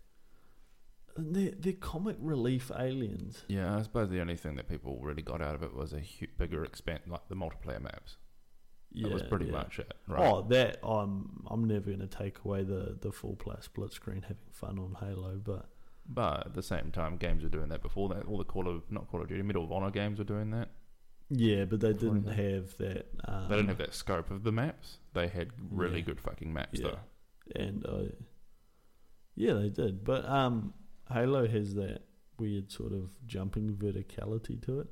and they're, they're comic relief aliens
yeah, I suppose the only thing that people really got out of it was a hu- bigger expansion, like the multiplayer maps.
yeah,
that was pretty
yeah.
much it, right?
oh that i'm i'm never going to take away the the full play split screen having fun on halo but
But at the same time, games were doing that before that. All the Call of not Call of Duty, Medal of Honor games were doing that.
yeah but they didn't
that.
have that um,
They didn't have that scope of the maps. They had really
Yeah.
good fucking maps
Yeah.
though.
and I, yeah, they did. But um, Halo has that weird sort of jumping verticality to it.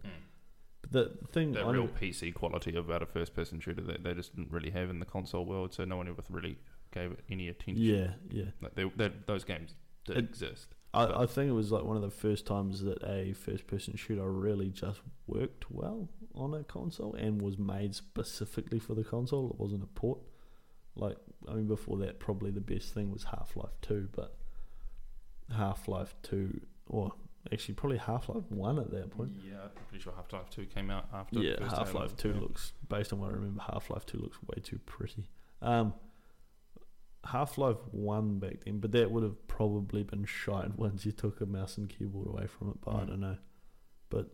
But the thing,
Hmm. That
I-
real PC quality about a first-person shooter that they just didn't really have in the console world, so no one ever really gave it any attention.
yeah, yeah.
like they, they, those games did
It-
exist. But-
I, I think it was like one of the first times that a first-person shooter really just worked well on a console and was made specifically for the console. It wasn't a port. Like I mean, before that, probably the best thing was Half-Life Two, but Half-Life Two, or actually probably Half-Life One at that point.
Yeah, I'm pretty sure Half Life Two came out after.
Yeah,
first
Half Life
Halo,
Two
yeah.
looks, based on what I remember, Half Life Two looks way too pretty. Um, Half Life One back then, but that would have probably been shite once you took a mouse and keyboard away from it. But I
Mm.
don't know. But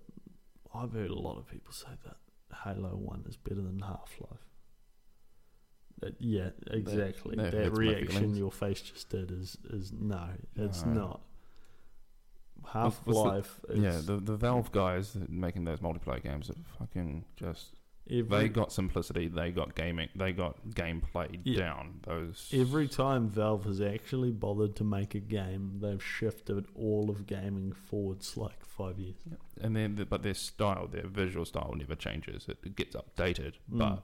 I've heard a lot of people say that Halo One is better than Half Life. yeah, exactly.
that
That,
hurts my
reaction
feelings.
your face just did is is no, it's
No.
not.
What's-
Half
what's the-
Life.
Yeah, the the Valve guys that making those multiplayer games are fucking just. They got simplicity. They got gaming. They got gameplay
Yeah.
down. Those
Every time Valve has actually bothered to make a game, they've shifted all of gaming forwards like five years.
and then the, but their style, their visual style, never changes. It, it gets updated,
Mm.
but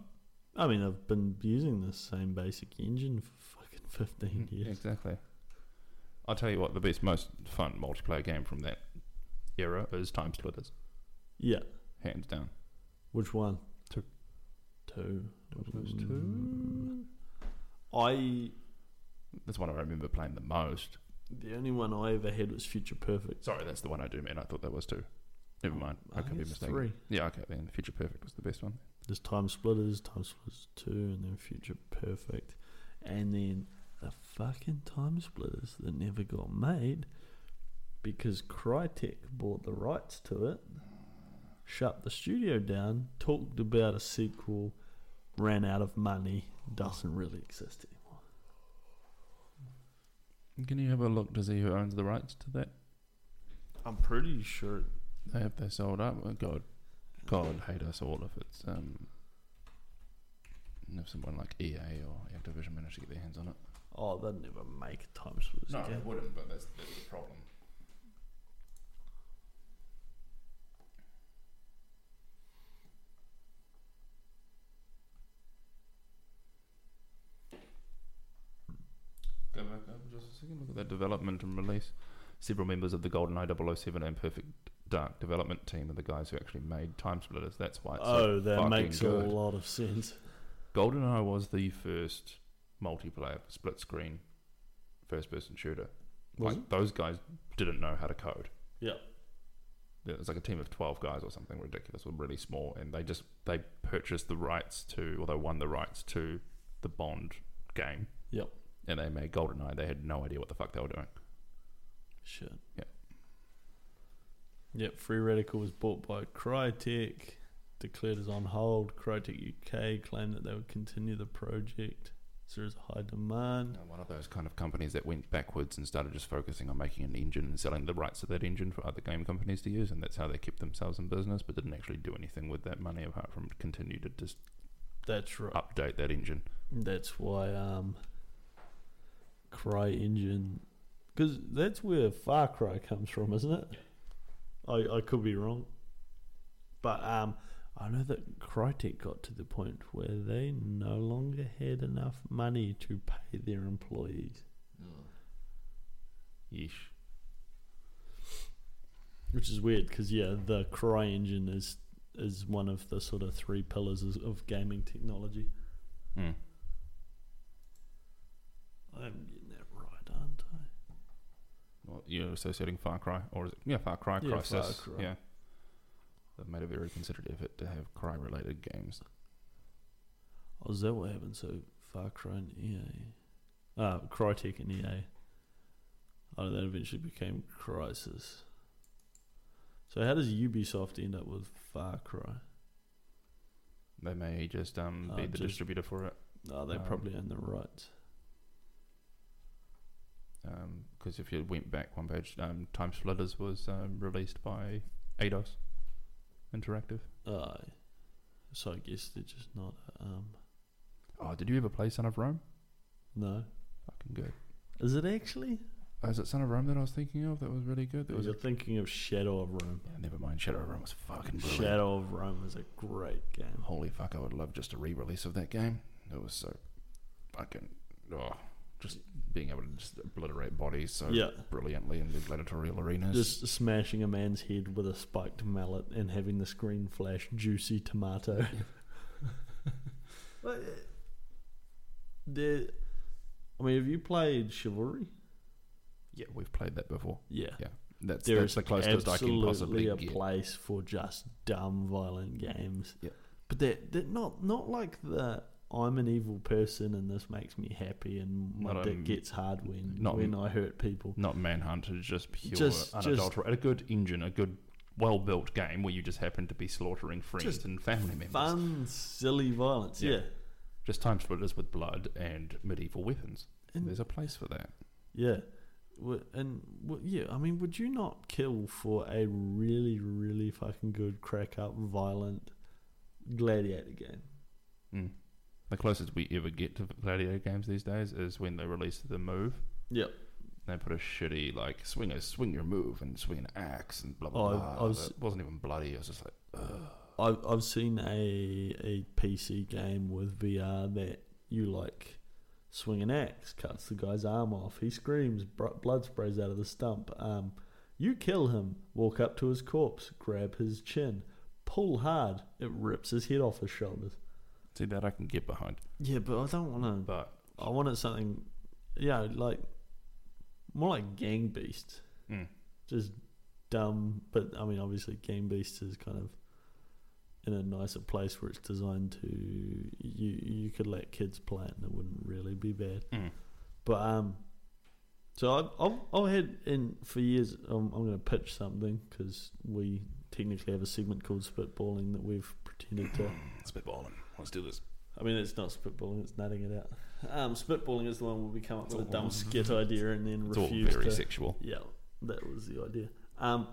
I mean, I've been using the same basic engine for fucking 15
Mm,
years.
Exactly. I'll tell you what, the best, most fun multiplayer game from that era is Time Splitters,
Yeah.
hands down.
Which one?
Two.
Two.
was
Mm. I.
That's one I remember playing the most.
The only one I ever had was Future Perfect.
Sorry, that's the one I do mean. I thought that was two. Never mind. I,
I
could
think
be
it's
mistaken.
three.
Yeah, okay, then Future Perfect was the best one.
There's Time Splitters, Time Splitters 2, and then Future Perfect. And then the fucking Time Splitters that never got made because Crytek bought the rights to it, shut the studio down, talked about a sequel, ran out of money, doesn't really exist anymore.
Can you have a look to see who owns the rights to that?
I'm pretty sure.
They have they sold up. Oh, God, God hate us all if it's um, if someone like EA or Activision managed to get their hands on it.
Oh, they'd never make a Time Splitters
No,
game.
it wouldn't, but that's, that's the problem. Go back up just a second. Look at that development and release. Several members of the GoldenEye 007 and Perfect Dark development team are the guys who actually made Time Splitters. That's why it's
Oh,
so
that
fucking
makes
good.
a lot of sense.
GoldenEye was the first multiplayer split screen first person shooter.
Was
like those guys didn't know how to code.
Yeah.
It was like a team of twelve guys or something ridiculous or really small, and they just they purchased the rights to or they won the rights to the Bond game.
Yep.
And they made GoldenEye. They had no idea what the fuck they were doing.
Shit.
Yep.
Yep, Free Radical was bought by Crytek, declared as on hold. Crytek UK claimed that they would continue the project. So there is a high demand.
And one of those kind of companies that went backwards and started just focusing on making an engine and selling the rights to that engine for other game companies to use, and that's how they kept themselves in business, but didn't actually do anything with that money apart from continue to just
That's right.
update that engine.
That's why um, Cry Engine, because that's where Far Cry comes from, isn't it? I I could be wrong. But um, I know that Crytek got to the point where they no longer had enough money to pay their employees,
Yeesh.
which is weird because yeah, the Cry engine is is one of the sort of three pillars is- of gaming technology.
Mm.
I'm getting that right, aren't I?
Well, you're associating Far Cry, or is it? Yeah, Far Cry
Yeah,
Crisis.
Far Cry.
Yeah. They've made a very considered effort to have Cry related games.
Oh, is that what happened? So Far Cry and EA, uh, Crytek and EA. Oh, that eventually became Crisis. So how does Ubisoft end up with Far Cry?
They may just um, be
Uh,
the
just-
distributor for it.
Oh, they
Um,
probably own the rights.
Because um, if you went back one page, um, Time Splitters was um, released by Eidos Interactive.
Uh, so I guess they're just not. Um,
Oh, did you ever play Son of Rome?
no,
Fucking good.
is it actually?
Oh, is it Son of Rome that I was thinking of? That was really good. That was
You're
a,
thinking of Shadow of Rome.
Yeah, never mind. Shadow of Rome was fucking brilliant.
Shadow of Rome is a great game.
Holy fuck, I would love just a re release of that game. It was so fucking. Oh, just being able to just obliterate bodies so
Yeah.
brilliantly in the gladiatorial arenas.
Just smashing a man's head with a spiked mallet and having the screen flash juicy tomato. But, uh, there- I mean, have you played Chivalry?
yeah, we've played that before.
Yeah.
Yeah, that's
There
that's
is
the closest I can
absolutely
possibly
a
get.
place for just dumb, violent games.
Yeah.
But they're, they're not, not like the I'm an evil person and this makes me happy and my
Not a
dick
m-
gets hard when,
not
when
m-
I hurt people.
Not Manhunt, it's just pure
Just- just-
unadulterated. A good engine, a good, well built game where you just happen to be slaughtering friends
Just
and family members.
Fun, silly violence.
Yeah.
Yeah.
Just time splitters with blood and medieval weapons.
And-
There's a place for that.
Yeah. Wo- And wo- yeah, I mean, would you not kill for a really, really fucking good crack up, violent gladiator game?
Mm. The closest we ever get to gladiator games these days is when they released the move.
Yep.
They put a shitty like
swing, a, swing your move and swing an axe and blah, blah,
Oh, I-
blah.
I was-
it wasn't even bloody. It was just like,
I've I've seen a a PC game with VR that you like swing an axe, cuts the guy's arm off, he screams, br- blood sprays out of the stump. Um, you kill him, walk up to his corpse, grab his chin, pull hard, it rips his head off his shoulders.
see that I can get behind.
Yeah, but I don't want to.
But
I wanted something, yeah, like more like Gang Beast,
mm,
just dumb. But I mean, obviously, Gang Beast is kind of in a nicer place where it's designed to you. You could let kids play it, and it wouldn't really be bad.
mm.
But um, so I've I've, I've had in for years. Um, I'm going to pitch something because we technically have a segment called Spitballing that we've pretended
mm,
to.
spitballing. Let's do this.
I mean, it's not spitballing; it's nutting it out. Um, spitballing is the one where we come up with a dumb skit idea and then
it's all
refuse
very
to.
sexual.
Yeah, that was the idea. Um,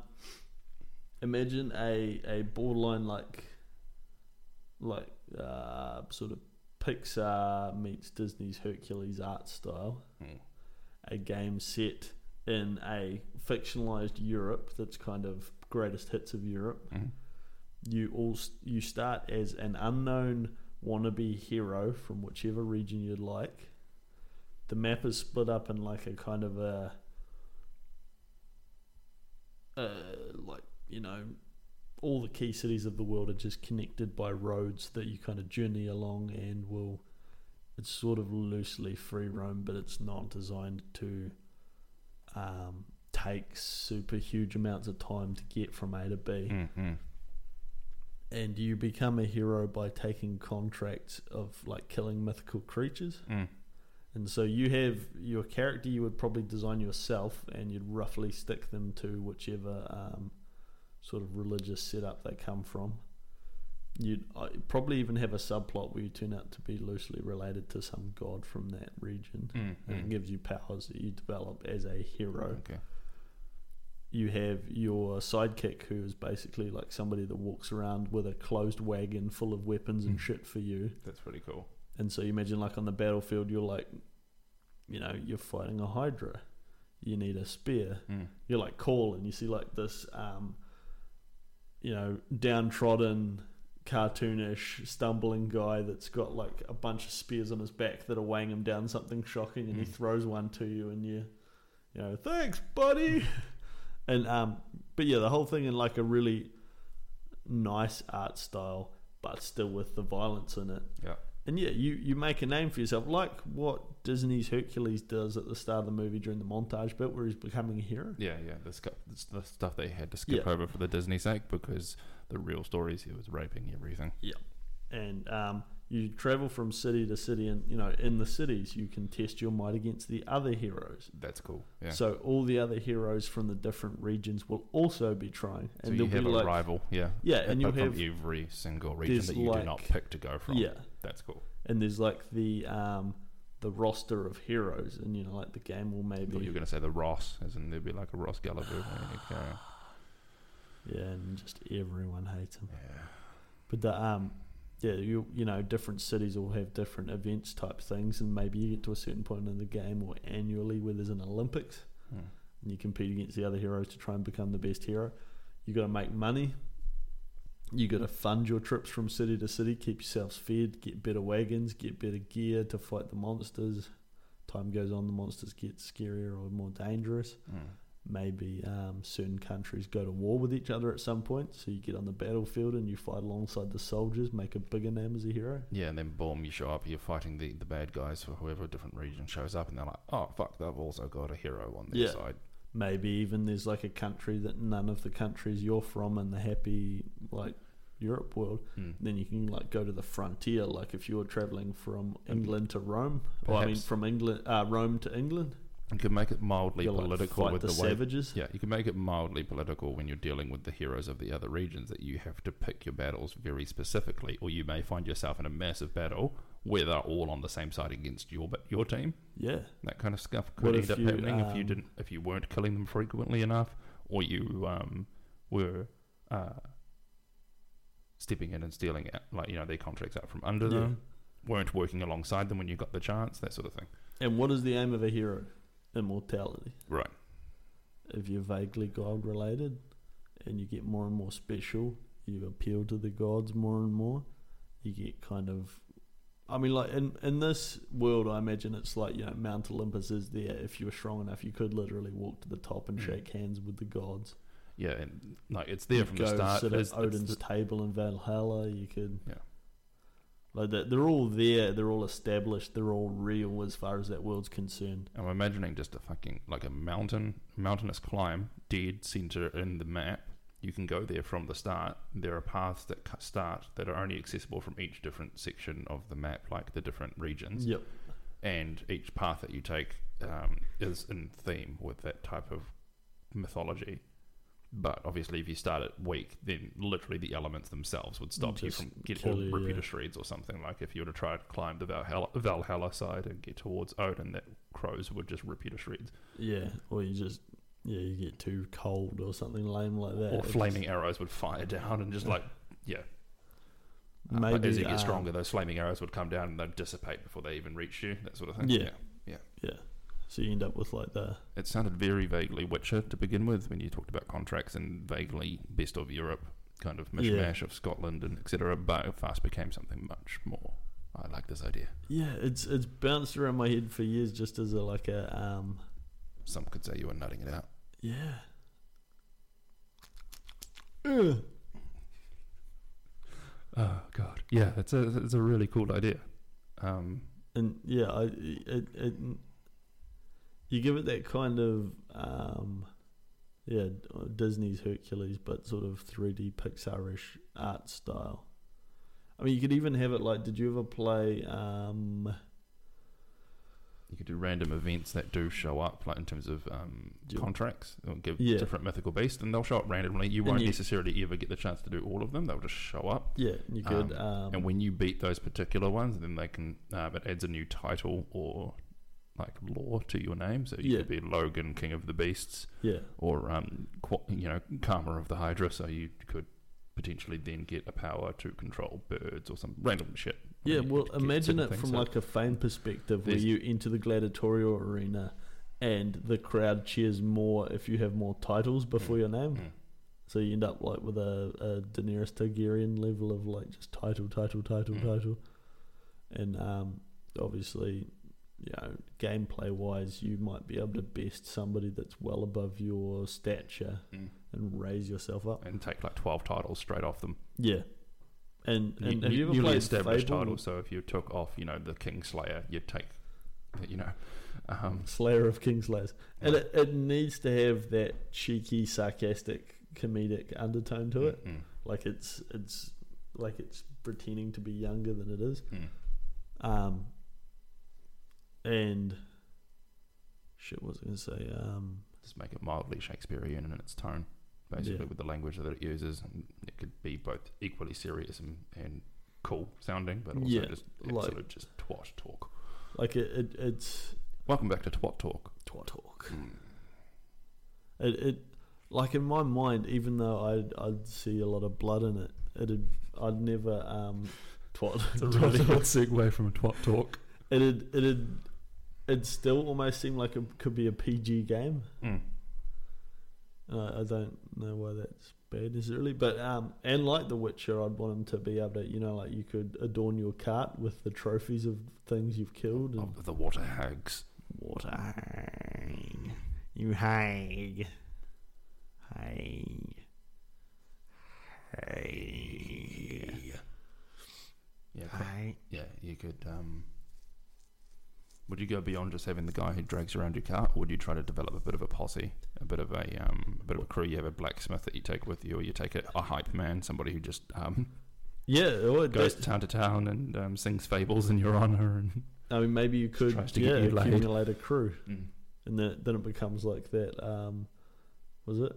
imagine a a borderline like, like uh, sort of Pixar meets Disney's Hercules art style,
Hmm.
Mm.
a game set in a fictionalized Europe that's kind of greatest hits of Europe
Mm.
you all s- you start as an unknown wannabe hero from whichever region you'd like. The map is split up in like a kind of a, uh, like you know, all the key cities of the world are just connected by roads that you kind of journey along and will. It's sort of loosely free roam, but it's not designed to um, take super huge amounts of time to get from A to B
Mm-hmm.
and you become a hero by taking contracts of like killing mythical creatures.
Mm.
And so you have your character you would probably design yourself, and you'd roughly stick them to whichever um, sort of religious setup they come from. You'd uh, probably even have a subplot where you turn out to be loosely related to some god from that region, and it
Mm-hmm.
gives you powers that you develop as a hero
Okay.
you have your sidekick who is basically like somebody that walks around with a closed wagon full of weapons and
Mm.
shit for you.
That's pretty cool.
And so you imagine like on the battlefield you're like you know, you're fighting a hydra. You need a spear.
Mm.
You're like calling. You see like this um you know, downtrodden, cartoonish, stumbling guy that's got like a bunch of spears on his back that are weighing him down something shocking, and he
Mm.
throws one to you, and you, you know, thanks, buddy. and um, but yeah, the whole thing in like a really nice art style, but still with the violence in it.
Yeah.
And yeah, you, you make a name for yourself, like what Disney's Hercules does at the start of the movie during the montage bit where he's becoming a hero.
Yeah, yeah. The, sc- it's the stuff they had to skip
Yeah.
over for the Disney sake because the real stories here was raping everything.
and um, you travel from city to city and you know in the cities you can test your might against the other heroes
That's cool. Yeah. So,
so all the other heroes from the different regions will also be trying and
you
they'll
have
be
a
like
rival. Yeah.
yeah and you'll
but from
have
every single
there's
region that you do not
like-
pick to go from.
yeah
That's cool.
and there's like the um, the roster of heroes and you know like the game will
I thought you
maybe
were going to say the Ross, as in there'd be like a Ross Gallagher. when you go.
yeah and just everyone hates him
Yeah.
But the um, yeah, you you know, different cities will have different events type things, and maybe you get to a certain point in the game or annually where there's an Olympics,
Hmm.
and you compete against the other heroes to try and become the best hero. You got to make money. You got to fund your trips from city to city, keep yourselves fed, get better wagons, get better gear to fight the monsters. Time goes on, the monsters get scarier or more dangerous
Mm.
maybe um, certain countries go to war with each other at some point. So you get on the battlefield and you fight alongside the soldiers, make a bigger name as a hero.
Yeah, and then boom, you show up, you're fighting the, the bad guys for whoever different region shows up, and they're like, oh, fuck, they've also got a hero on their
Yeah.
side.
Maybe even there's like a country that none of the countries you're from in the happy like Europe world.
Mm.
Then you can like go to the frontier. Like if you were traveling from England to Rome, or I mean
Mm. Perhaps.
from England uh, Rome to England,
You can make it mildly
you like
political
fight
with
the,
the, way.
savages.
Yeah, you can make it mildly political when you're dealing with the heroes of the other regions that you have to pick your battles very specifically, or you may find yourself in a massive battle where they're all on the same side against your but your team.
yeah.
That kind of stuff
What
could
if
end up
you,
happening if you
um,
didn't, if you weren't killing them frequently enough, or you um, were uh, stepping in and stealing out, like you know their contracts out from under
Yeah.
them, weren't working alongside them when you got the chance, that sort of thing.
And what is the aim of a hero? Immortality.
Right.
if you're vaguely god related and you get more and more special, you appeal to the gods more and more, you get kind of I mean like in in this world I imagine it's like, you know, Mount Olympus is there. If you were strong enough you could literally walk to the top and
Mm.
shake hands with the gods.
Yeah, and like it's there
You
from
could
the start.
sit
It's-
at
it's
Odin's
the-
table in Valhalla, you could
Yeah.
Like that they're all there, they're all established, they're all real as far as that world's concerned.
I'm imagining just a fucking like a mountain, mountainous climb, dead center in the map. You can go there from the start. There are paths that cut- start that are only accessible from each different section of the map, like the different regions.
Yep.
And each path that you take um, is in theme with that type of mythology. But obviously, if you start it weak, then literally the elements themselves would stop
Just
you from getting
kill
rip
you,
you
yeah.
to shreds or something. Like if you were to try to climb the Valhalla, Valhalla side and get towards Odin, that crows would just rip you to shreds.
Yeah, or you just yeah, you get too cold or something lame like that.
or
It's-
flaming arrows would fire down and just like yeah. Uh, but
Maybe,
as you get
um,
stronger, those flaming arrows would come down and they'd dissipate before they even reach you. That sort of thing.
Yeah. So you end up with like the
it sounded very vaguely Witcher to begin with when you talked about contracts and vaguely best of Europe kind of
Yeah.
mishmash of Scotland and etc. But it fast became something much more. I like this idea.
yeah, it's it's bounced around my head for years just as a like a um
Some could say you were nutting it out.
yeah. Ugh.
Oh God, yeah, it's a it's a really cool idea. Um,
And yeah, I it, it you give it that kind of um yeah Disney's Hercules, but sort of three D Pixarish art style. I mean, you could even have it like. Did you ever play um
you could do random events that do show up, like in terms of um,
Yeah.
contracts, or give
Yeah.
different mythical beasts, and they'll show up randomly. You
And
won't
you-
necessarily ever get the chance to do all of them; they'll just show up.
Yeah, you could.
Um,
Um,
and when you beat those particular ones, then they can uh, it adds a new title or like lore to your name. So you
Yeah.
could be Logan, King of the Beasts,
yeah,
or um, Qua- you know, Karma of the Hydra. So you could potentially then get a power to control birds or some random shit.
yeah.
You
Well,
could get
imagine
certain
it
things.
from
So-
like a fame perspective, where
There's-
you enter the gladiatorial arena, and the crowd cheers more if you have more titles before your name.
Mm.
So you end up like with a, a Daenerys Targaryen level of like just title, title, title,
Mm.
title, and um, obviously, you know, gameplay wise, you might be able to best somebody that's well above your stature
Mm.
and raise yourself up.
and take like twelve titles straight off them.
Yeah, and and have you ever
newly
played
established
Fable?
titles. So if you took off, you know, the Kingslayer, you'd take, you know, um,
Slayer of Kingslayers. And it, it needs to have that cheeky, sarcastic, comedic undertone to it.
mm,
Like it's it's like it's pretending to be younger than it is.
mm.
Um and shit what was I gonna say? Um
just make it mildly Shakespearean in its tone, basically
Yeah.
with the language that it uses. And it could be both equally serious and, and cool sounding, but also
Yeah,
just
like-
absolute just twat talk.
like it, it it's
Welcome back to Twat Talk.
twat talk.
Mm.
It it like in my mind, even though I'd I'd see a lot of blood in it, it'd I'd never um twat twat talk.
segue from Twat Talk.
it'd it'd it'd still almost seem like it could be a PG game.
Mm.
Uh, I don't know why that's bad necessarily, but um, and like The Witcher, I'd want him to be able to, you know, like you could adorn your cart with the trophies of things you've killed and
Of the water hags.
water. hag. You hag, hag, hag,
Yeah, quite-
hag.
yeah. You could. Um, would you go beyond just having the guy who drags you around your cart, or would you try to develop a bit of a posse, a bit of a um, a bit of a crew? You have a blacksmith that you take with you, or you take a, a hype man, somebody who just um,
Yeah, or that-
goes to town to town and um, sings fables in your honor. And
I mean, maybe you could
Tries to
yeah,
get you laid.
accumulate a crew.
Hmm.
and then then it becomes like that. Um, was it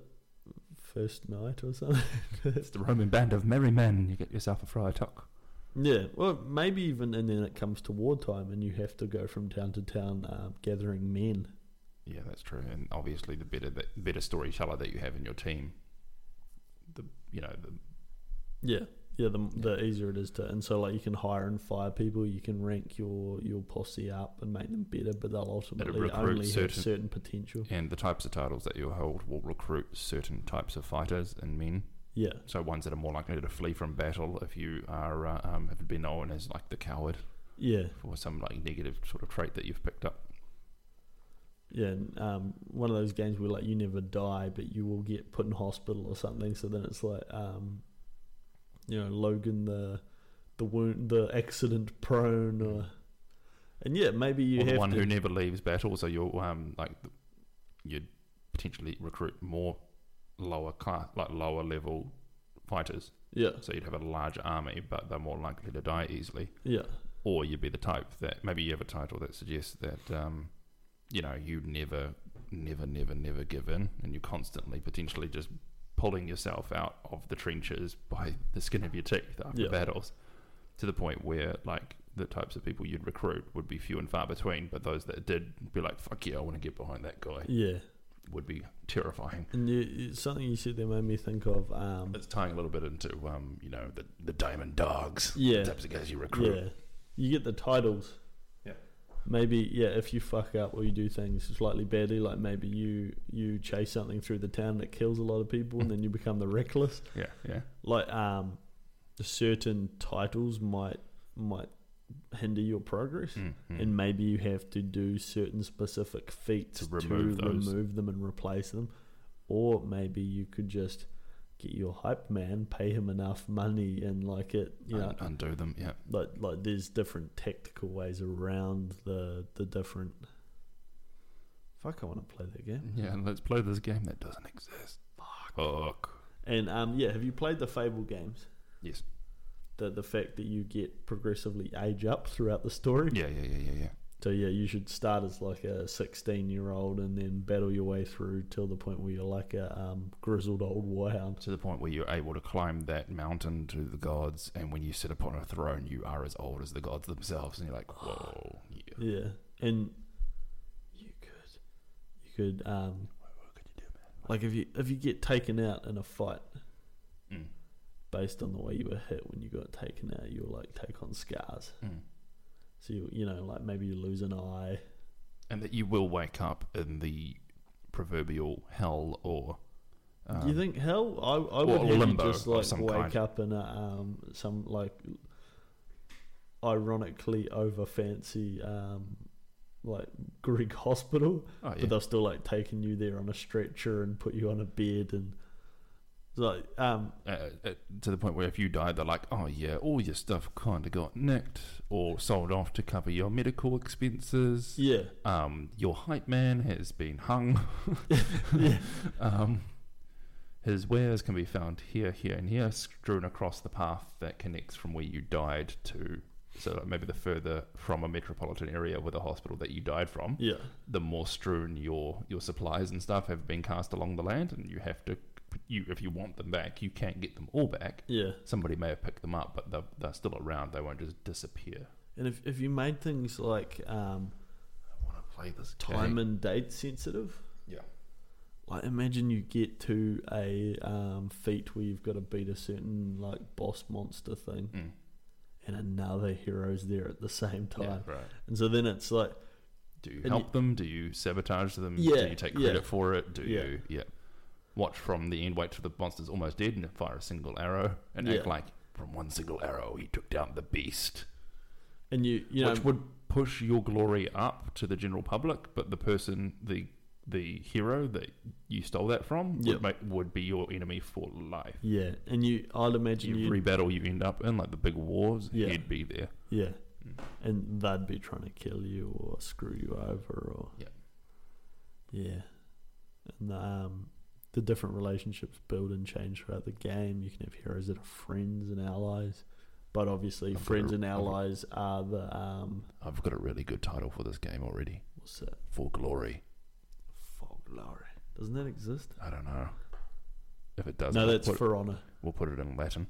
first night or something?
it's the Roman band of merry men. You get yourself a friar tuck.
yeah. Well, maybe even and then it comes to wartime, and you have to go from town to town uh, gathering men.
Yeah, that's true. And obviously, the better the better storyteller that you have in your team, the you know the
Yeah. Yeah, the, the easier it is to, and so like you can hire and fire people, you can rank your your posse up and make them better, but they'll ultimately
recruit
only have
certain-
certain potential.
and the types of titles that you hold will recruit certain types of fighters and men.
Yeah,
So ones that are more likely to flee from battle if you are uh, um, have been known as like the coward
yeah,
or some like negative sort of trait that you've picked up.
yeah. and, Um, one of those games where like you never die, but you will get put in hospital or something. So then it's like, um, you know, Logan the the wound, the accident prone, or and yeah, maybe you
or
have
the one
to,
who never leaves battle. So you'll um like th- you'd potentially recruit more lower class like lower level fighters.
yeah,
So you'd have a large army, but they're more likely to die easily.
yeah,
or you'd be the type that maybe you have a title that suggests that um, you know you never, never, never, never give in, and you're constantly potentially just pulling yourself out of the trenches by the skin of your teeth after
Yeah.
battles, to the point where like the types of people you'd recruit would be few and far between, but those that did be like fuck yeah, I want to get behind that guy
yeah.
would be terrifying.
And you, you- something you said there made me think of, um,
It's tying a little bit into um, you know the the diamond dogs,
Yeah.
the types of guys you recruit.
yeah, you get the titles.
Yeah.
Maybe yeah, if you fuck up or you do things slightly badly, like maybe you you chase something through the town that kills a lot of people, and then you become the reckless.
Yeah, yeah,
like um certain titles might might hinder your progress
Mm, mm.
and maybe you have to do certain specific feats to
To
remove,
remove those.
them and replace them or maybe you could just get your hype man pay him enough money and like it you know
Un- undo them. Yeah.
like like there's different tactical ways around the the different fuck i want to play that game
Yeah, let's play this game that doesn't exist. Fuck.
and um yeah have you played the fable games
Yes.
the the fact that you get progressively age up throughout the story.
Yeah, yeah, yeah, yeah, yeah.
So yeah, you should start as like a sixteen year old and then battle your way through till the point where you're like a um, grizzled old warhound.
To the point where you're able to climb that mountain to the gods, and when you sit upon a throne, you are as old as the gods themselves, and you're like, whoa. Yeah.
Yeah, and you could you could um like if you if you get taken out in a fight
Mm.
based on the way you were hit when you got taken out, you'll like take on scars.
Mm.
So you you know like maybe you lose an eye.
And that you will wake up in the proverbial hell or
Do you
Um,
think hell? I, I
or
would
a
have you
limbo
just
of
like
some
wake
kind.
up in a, um some like ironically over fancy um like Greek hospital,
oh, yeah.
but they're still like taking you there on a stretcher and put you on a bed and like um
uh, uh, to the point where if you die, they're like, oh yeah, all your stuff kind of got nicked or sold off to cover your medical expenses.
yeah
Um, your hype man has been hung.
yeah
Um, his wares can be found here, here, and here, strewn across the path that connects from where you died to. So like, maybe the further from a metropolitan area with a hospital that you died from,
yeah
the more strewn your your supplies and stuff have been cast along the land, and you have to. You, if you want them back, you can't get them all back.
yeah.
Somebody may have picked them up, but they're, they're still around. They won't just disappear.
And if if you made things like um
I want to play this
time and date sensitive,
Yeah.
like imagine you get to a um, feat where you've got to beat a certain like boss monster thing
Mm.
and another hero's there at the same time
Yeah, right.
and so then it's like
Do you
And
help
you-
them? Do you sabotage them?
Yeah,
Do you take
yeah.
credit for it? Do
Yeah.
you yeah? Watch from the end, wait till the monster's almost dead, and fire a single arrow, and act
Yeah.
like from one single arrow he took down the beast,
and you you know
which would push your glory up to the general public. But the person, the the hero that you stole that from,
Yeah.
would, make, would be your enemy for life.
yeah and you I'd imagine
Every
you
battle you end up in, like the big wars,
Yeah.
he'd be there.
yeah
Mm.
and they'd be trying to kill you or screw you over or
Yeah.
yeah and um the different relationships build and change throughout the game you can have heroes that are friends and allies but obviously
I've got
friends
a-
and
I've got-
allies are the um
I've got a really good title for this game already.
What's that?
For glory.
Folklore. Doesn't that exist?
I don't know. If it does,
no,
we'll
that's
put-
for honor.
We'll put it in Latin.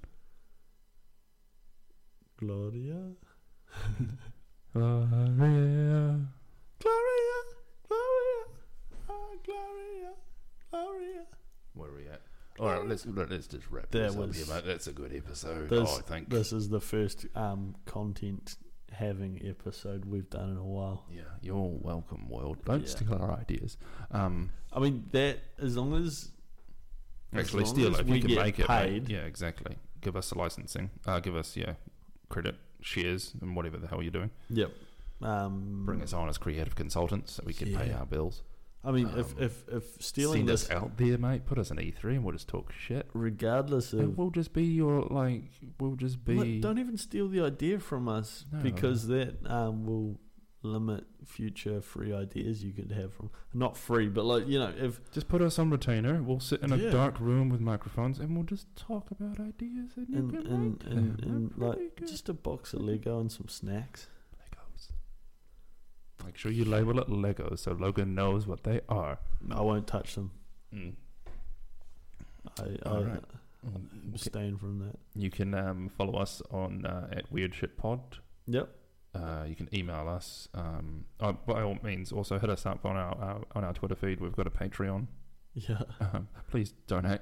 Gloria.
Gloria.
Gloria. Gloria.
Ah,
Gloria. Gloria.
Where are we at? All right, let's let's just wrap
There
this
was-
up here, mate. That's a good episode.
There's-
oh, I think.
This is the first um, content having episode we've done in a while.
Yeah, you're welcome, world. Don't
Yeah.
steal our ideas. Um,
I mean, that, as long as. As
actually,
long
steal
as
it if you
we
can
get
make it. mate.
paid.
Yeah, exactly. Give us the licensing. Uh, give us yeah, credit, shares, and whatever the hell you're doing.
Yep. Um,
Bring us on as creative consultants so we can pay
Yeah.
our bills.
I mean,
um,
if, if, if stealing
Send
this,
us out there, mate. Put us in E3 and we'll just talk shit.
regardless
And
of.
we'll just be your like. We'll just be.
Look, don't even steal the idea from us
No.
because that um, will limit future free ideas you could have from not free but like you know if
Just put us on retainer. We'll sit in a
Yeah.
dark room with microphones, and we'll just talk about ideas and, you
and and,
can make
and,
them.
and
They're
like
pretty good.
just a box of lego and some snacks
Legos. Make sure you label it Legos so Logan knows what they are.
i won't touch them i, I
All right.
i'm
Mm. Okay.
staying from that
You can um, follow us on uh, at Weird Shit Pod.
yep
Uh, you can email us. Um, uh, by all means, also hit us up on our, our on our Twitter feed. We've got a Patreon.
yeah
Um, please donate.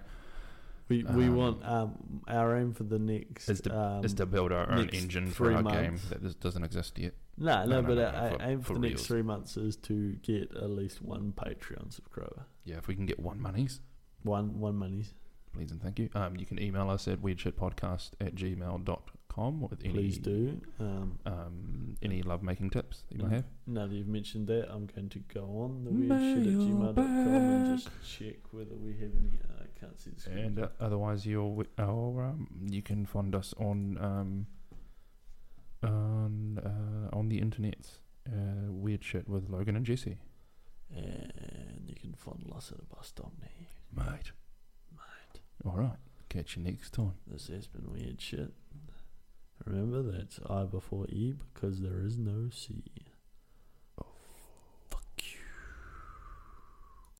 we we
Um,
want um our aim for the next
Is to,
um
is to build our own
next
engine for
three
our
months.
game that this doesn't exist yet.
no, no,
no,
but
no,
our
no,
our
for-
aim for,
for
the next
reals.
three months is to get at least one Patreon subscriber.
Yeah, if we can get one monies,
One, one monies.
please and thank you. Um, you can email us at weirdshitpodcast at gmail.com with any
Please do. Um,
um, any love making tips that you might have.
Now that you've mentioned that, I'm going to go on the weird shit at gmail.com and just check whether we have any. Uh, I can't see the screen.
And uh, otherwise, you'll or, um, you can find us on um, on uh, on the internet. Uh, weird shit with Logan and Jesse,
And you can find us at a bus stop now.
mate.
Mate,
All right, catch you next time.
this has been weird shit. Remember that's I before E because there is no C.